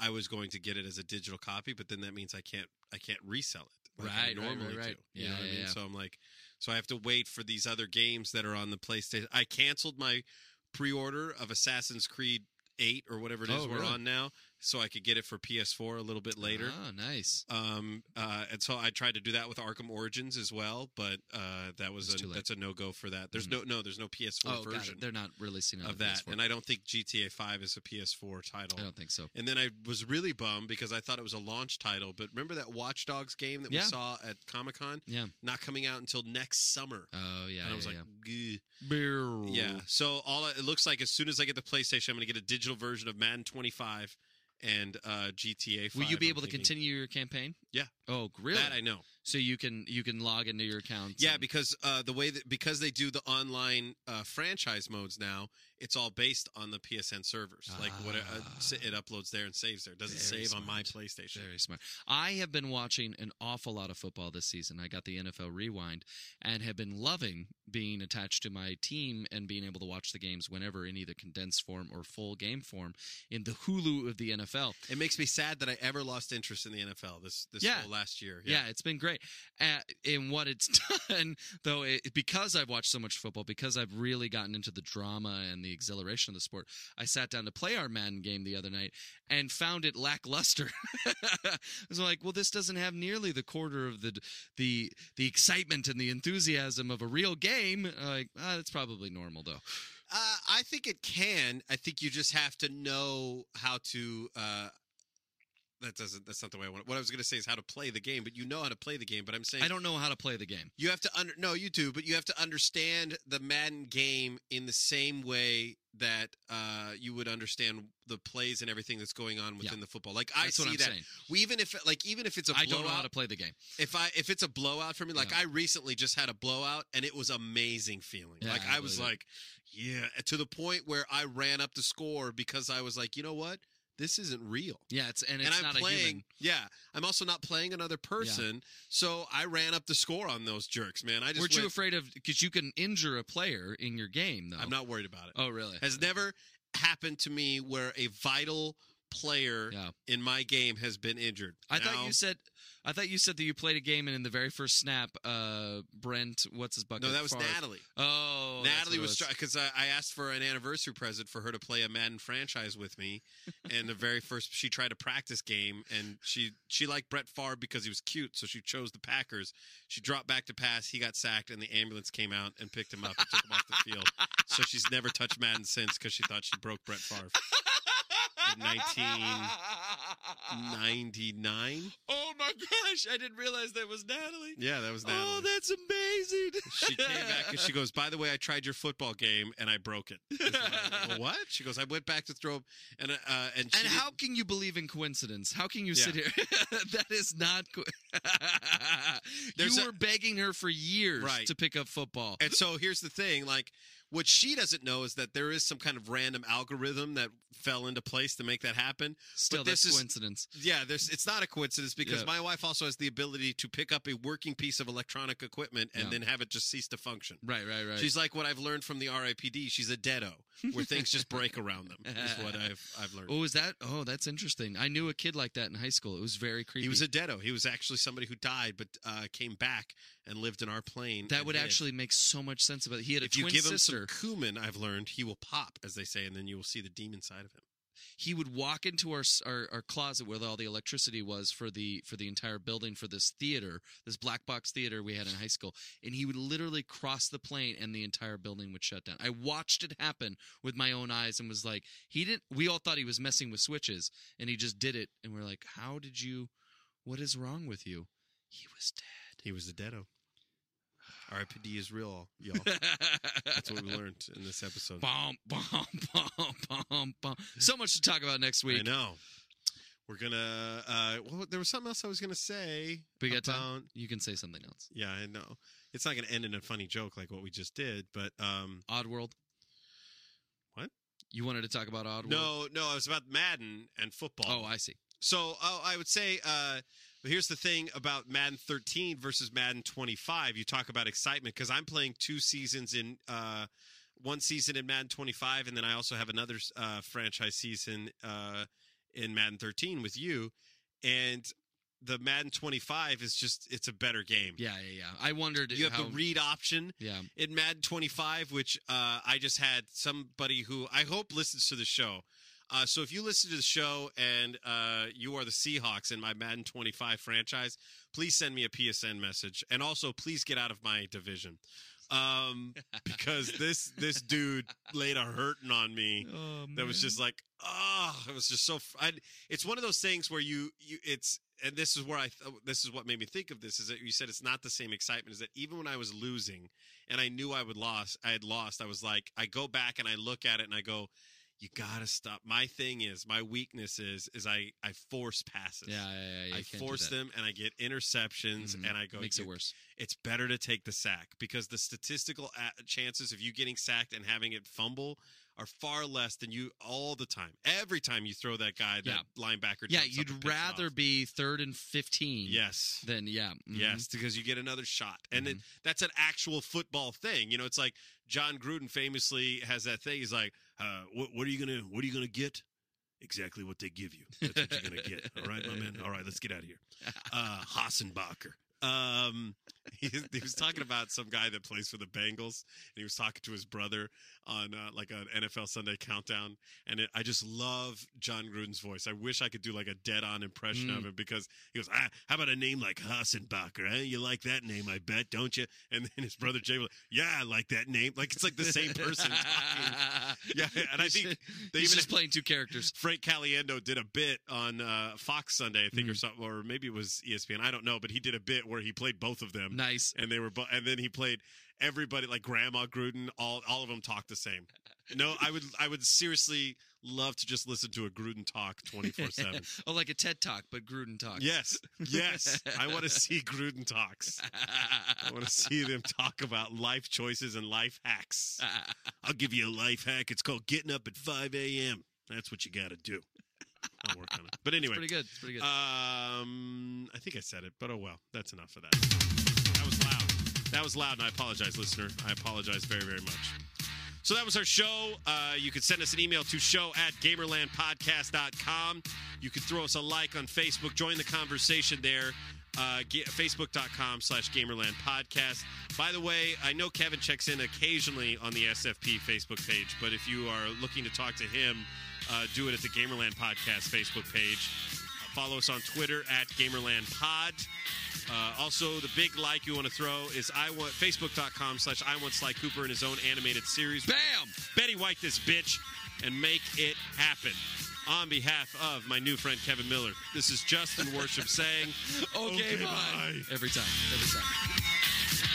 A: I was going to get it as a digital copy, but then that means I can't I can't resell it like I
C: Right, right, right,
A: normally
C: right.
A: do. You
C: Yeah,
A: know what
C: yeah,
A: I mean?
C: yeah.
A: So I'm like, so I have to wait for these other games that are on the PlayStation. I canceled my pre-order of Assassin's Creed Eight or whatever it is
C: Oh,
A: we're
C: really?
A: on now, so I could get it for PS4 a little bit later.
C: Oh, nice.
A: Um, uh, and so I tried to do that with Arkham Origins as well, but uh, that was
C: It's
A: a,
C: too late.
A: that's a no go for that. There's no no, there's no PS4
C: Oh, got it.
A: version
C: They're not releasing it on
A: of
C: the
A: that,
C: PS4.
A: and I don't think GTA Five is a PS4 title.
C: I don't think so.
A: And then I was really bummed because I thought it was a launch title. But remember that Watch Dogs game that
C: Yeah.
A: we saw at Comic Con?
C: Yeah.
A: Not coming out until next summer.
C: Oh yeah.
A: and I
C: yeah,
A: was like, "Gah."
C: yeah. Beer.
A: yeah. So all I- it looks like as soon as I get the PlayStation, I'm going to get a digital version of Madden 25 and uh, GTA 5.
C: Will you be
A: I'm
C: able to
A: thinking.
C: continue your campaign?
A: Yeah.
C: Oh, really?
A: That I know.
C: so you can you can log into your account.
A: Yeah,
C: and-
A: because uh, the way that because they do the online uh, franchise modes now, it's all based on the PSN servers. Like what uh,
C: Ah.
A: it uploads there and saves there. It doesn't
C: Very
A: save on my
C: smart.
A: PlayStation.
C: Very smart. I have been watching an awful lot of football this season. I got the NFL Rewind and have been loving being attached to my team and being able to watch the games whenever in either condensed form or full game form in the Hulu of the NFL.
A: It makes me sad that I ever lost interest in the NFL this this
C: Yeah.
A: whole last year.
C: Yeah, it's been great. Uh, in what it's done, though, it, because I've watched so much football, because I've really gotten into the drama and the exhilaration of the sport, I sat down to play our Madden game the other night and found it lackluster. I was like, well, this doesn't have nearly the quarter of the the the excitement and the enthusiasm of a real game. Like, ah, that's probably normal, though.
A: Uh, I think it can. I think you just have to know how to. Uh, that doesn't. That's not the way I want. It. What I was going to say is how to play the game, but you know how to play the game. But I'm saying
C: I don't know how to play the game.
A: You have to under no, you do, but you have to understand the Madden game in the same way that uh, you would understand the plays and everything that's going on within the football. Like I
C: That's
A: see
C: what I'm
A: that.
C: saying.
A: We, even if like even if it's a
C: I
A: blowout,
C: don't know how to play the game.
A: if I if it's a blowout for me, like
C: Yeah.
A: I recently just had a blowout and it was amazing feeling.
C: Yeah,
A: like
C: I
A: I was
C: believe it.
A: like, yeah, to the point where I ran up the score because I was like, you know what, this isn't real.
C: Yeah, it's and it's
A: and I'm
C: not a human.
A: playing, yeah. I'm also not playing another person, so I ran up the score on those jerks, man. I just
C: Weren't you
A: went-
C: afraid of? Because you can injure a player in your game, though.
A: I'm not worried about it.
C: Oh, really?
A: Has never happened to me where a vital player
C: Yeah.
A: in my game has been injured.
C: I
A: Now-
C: thought you said. I thought you said that you played a game and in the very first snap, uh, Brent, what's his bucket?
A: no, that was
C: Favre-
A: Natalie.
C: Oh, that's
A: Natalie
C: what it
A: was because I, I asked for an anniversary present for her to play a Madden franchise with me, and the very first she tried a practice game, and she she liked Brett Favre because he was cute, so she chose the Packers. She dropped back to pass, he got sacked, and the ambulance came out and picked him up and took him off the field. So she's never touched Madden since because she thought she broke Brett Favre. in 1999.
C: Oh my gosh, I didn't realize that was Natalie.
A: Yeah, that was Natalie.
C: Oh, that's amazing.
A: she came back and she goes, "By the way, I tried your football game and I broke it." It's like, "Well, what? She goes, "I went back to throw and uh, and she
C: And
A: did-
C: how can you believe in coincidence? How can you
A: Yeah.
C: sit here? that is not. Co-
A: There's
C: you
A: a-
C: were begging her for years
A: Right.
C: to pick up football.
A: And so here's the thing, like what she doesn't know is that there is some kind of random algorithm that fell into place to make that happen.
C: Still,
A: this
C: that's
A: is-
C: coincidence.
A: Yeah, there's it's not a coincidence because
C: Yeah.
A: my wife also has the ability to pick up a working piece of electronic equipment and
C: Yeah.
A: then have it just cease to function.
C: Right, right, right.
A: She's like what I've learned from the RIPD. She's a deado, where things just break around them. Is what I've I've learned.
C: Oh, is that? Oh, that's interesting. I knew a kid like that in high school. It was very creepy.
A: He was a deado. He was actually somebody who died, but uh, came back and lived in our plane.
C: that
A: and
C: would
A: hid.
C: actually make so much sense about it. He had a
A: if
C: twin
A: you give
C: sister.
A: him some cumin, I've learned he will pop, as they say, and then you will see the demon side of him.
C: He would walk into our, s- our our closet where all the electricity was for the for the entire building for this theater, this black box theater we had in high school, and he would literally cross the plane and the entire building would shut down. I watched it happen with my own eyes and was like, he didn't. We all thought he was messing with switches, and he just did it. And we're like, how did you? What is wrong with you? He was dead.
A: He was a deado. RIPD is real, y'all. That's what we learned in this episode.
C: Bum, bum, bum, bum, bum. So much to talk about next week.
A: I know. We're gonna. Uh, well, there was something else I was gonna say.
C: We got
A: about,
C: time. You can say something else.
A: Yeah, I know. It's not gonna end in a funny joke like what we just did, but um,
C: Odd World. You wanted to talk about Oddworld?
A: No, no, it was about Madden and football.
C: Oh, I see.
A: So oh, I would say uh, here's the thing about Madden 13 versus Madden 25. You talk about excitement because I'm playing two seasons in uh, one season in Madden 25, and then I also have another uh, franchise season uh, in Madden 13 with you. And the Madden 25 is just it's a better game.
C: Yeah, yeah, yeah. I wondered.
A: You have
C: how,
A: the read option
C: Yeah.
A: in Madden 25, which uh, I just had somebody who I hope listens to the show. Uh, so if you listen to the show and uh, you are the Seahawks in my Madden 25 franchise, please send me a PSN message, and also please get out of my division um, because this this dude laid a hurting on me
C: Oh, man.
A: that was just like ah it was just so f- I, it's one of those things where you you it's and this is where i th- this is what made me think of this is that you said it's not the same excitement is that even when i was losing and i knew i would lost i had lost i was like i go back and i look at it and i go you gotta stop my thing is my weakness is is i i force passes
C: Yeah, yeah, yeah. you
A: I
C: can't do
A: force
C: that.
A: them and I get interceptions
C: Mhm.
A: and I go.
C: Makes it
A: "You-
C: worse.
A: It's better to take the sack because the statistical a- chances of you getting sacked and having it fumble are far less than you all the time. Every time you throw that guy, that linebacker. jumps up
C: Yeah,
A: and
C: you'd
A: picks it off.
C: rather be third and 15
A: Yes.
C: than, yeah. mhm.
A: Yes, because you get another shot. And then that's an actual football thing. You know, it's like John Gruden famously has that thing. He's like, uh, what, what are you gonna what are you gonna get? Exactly what they give you. That's what you're gonna get. All right, my man. All right, let's get out of here. Uh Hassenbacher. Um he, he was talking about some guy that plays for the Bengals and he was talking to his brother on uh, like an NFL Sunday countdown and it, I just love John Gruden's voice. I wish I could do like a dead on impression of him because he goes, ah, "How about a name like Hassenbacher? Eh? You like that name, I bet, don't you?" And then his brother Jay was like, "Yeah, I like that name." Like it's like the same person talking. Yeah, and I
C: He's
A: think
C: just-
A: they
C: he's
A: even
C: just playing two characters.
A: Frank Caliendo did a bit on uh, Fox Sunday, I think, or
C: Mhm.
A: something, or maybe it was E ESPN. I don't know, but he did a bit where he played both of them,
C: Nice.
A: and they were, bo- and then he played everybody like Grandma Gruden. All all of them talked the same. No, I would I would seriously love to just listen to a Gruden talk twenty four seven.
C: oh, like a TED Talk, but Gruden Talk.
A: Yes, yes, I want to see Gruden talks. I want to see them talk about life choices and life hacks. I'll give you a life hack. It's called getting up at 5 a.m. That's what you got to do. I'll work on it. But anyway,
C: Pretty good. It's pretty good.
A: um, I think I said it, but oh well. That's enough of that. That was loud. That was loud, and I apologize, listener. I apologize very, very much. So that was our show. Uh, you can send us an email to show at gamerlandpodcast.com. You can throw us a like on Facebook. Join the conversation there. Uh, ge- Facebook.com slash Gamerland Podcast. By the way, I know Kevin checks in occasionally on the SFP Facebook page, but if you are looking to talk to him, uh, do it at the Gamerland Podcast Facebook page. Follow us on Twitter at Gamerland Pod. Uh, also, the big like you want to throw is I want Facebook.com slash I want Sly Cooper in his own animated series.
C: Bam!
A: Betty White this bitch and make it happen. On behalf of my new friend Kevin Miller, this is Justin Worship saying,
C: Okay,
A: Okay,
C: bye.
A: bye.
C: Every time. Every time.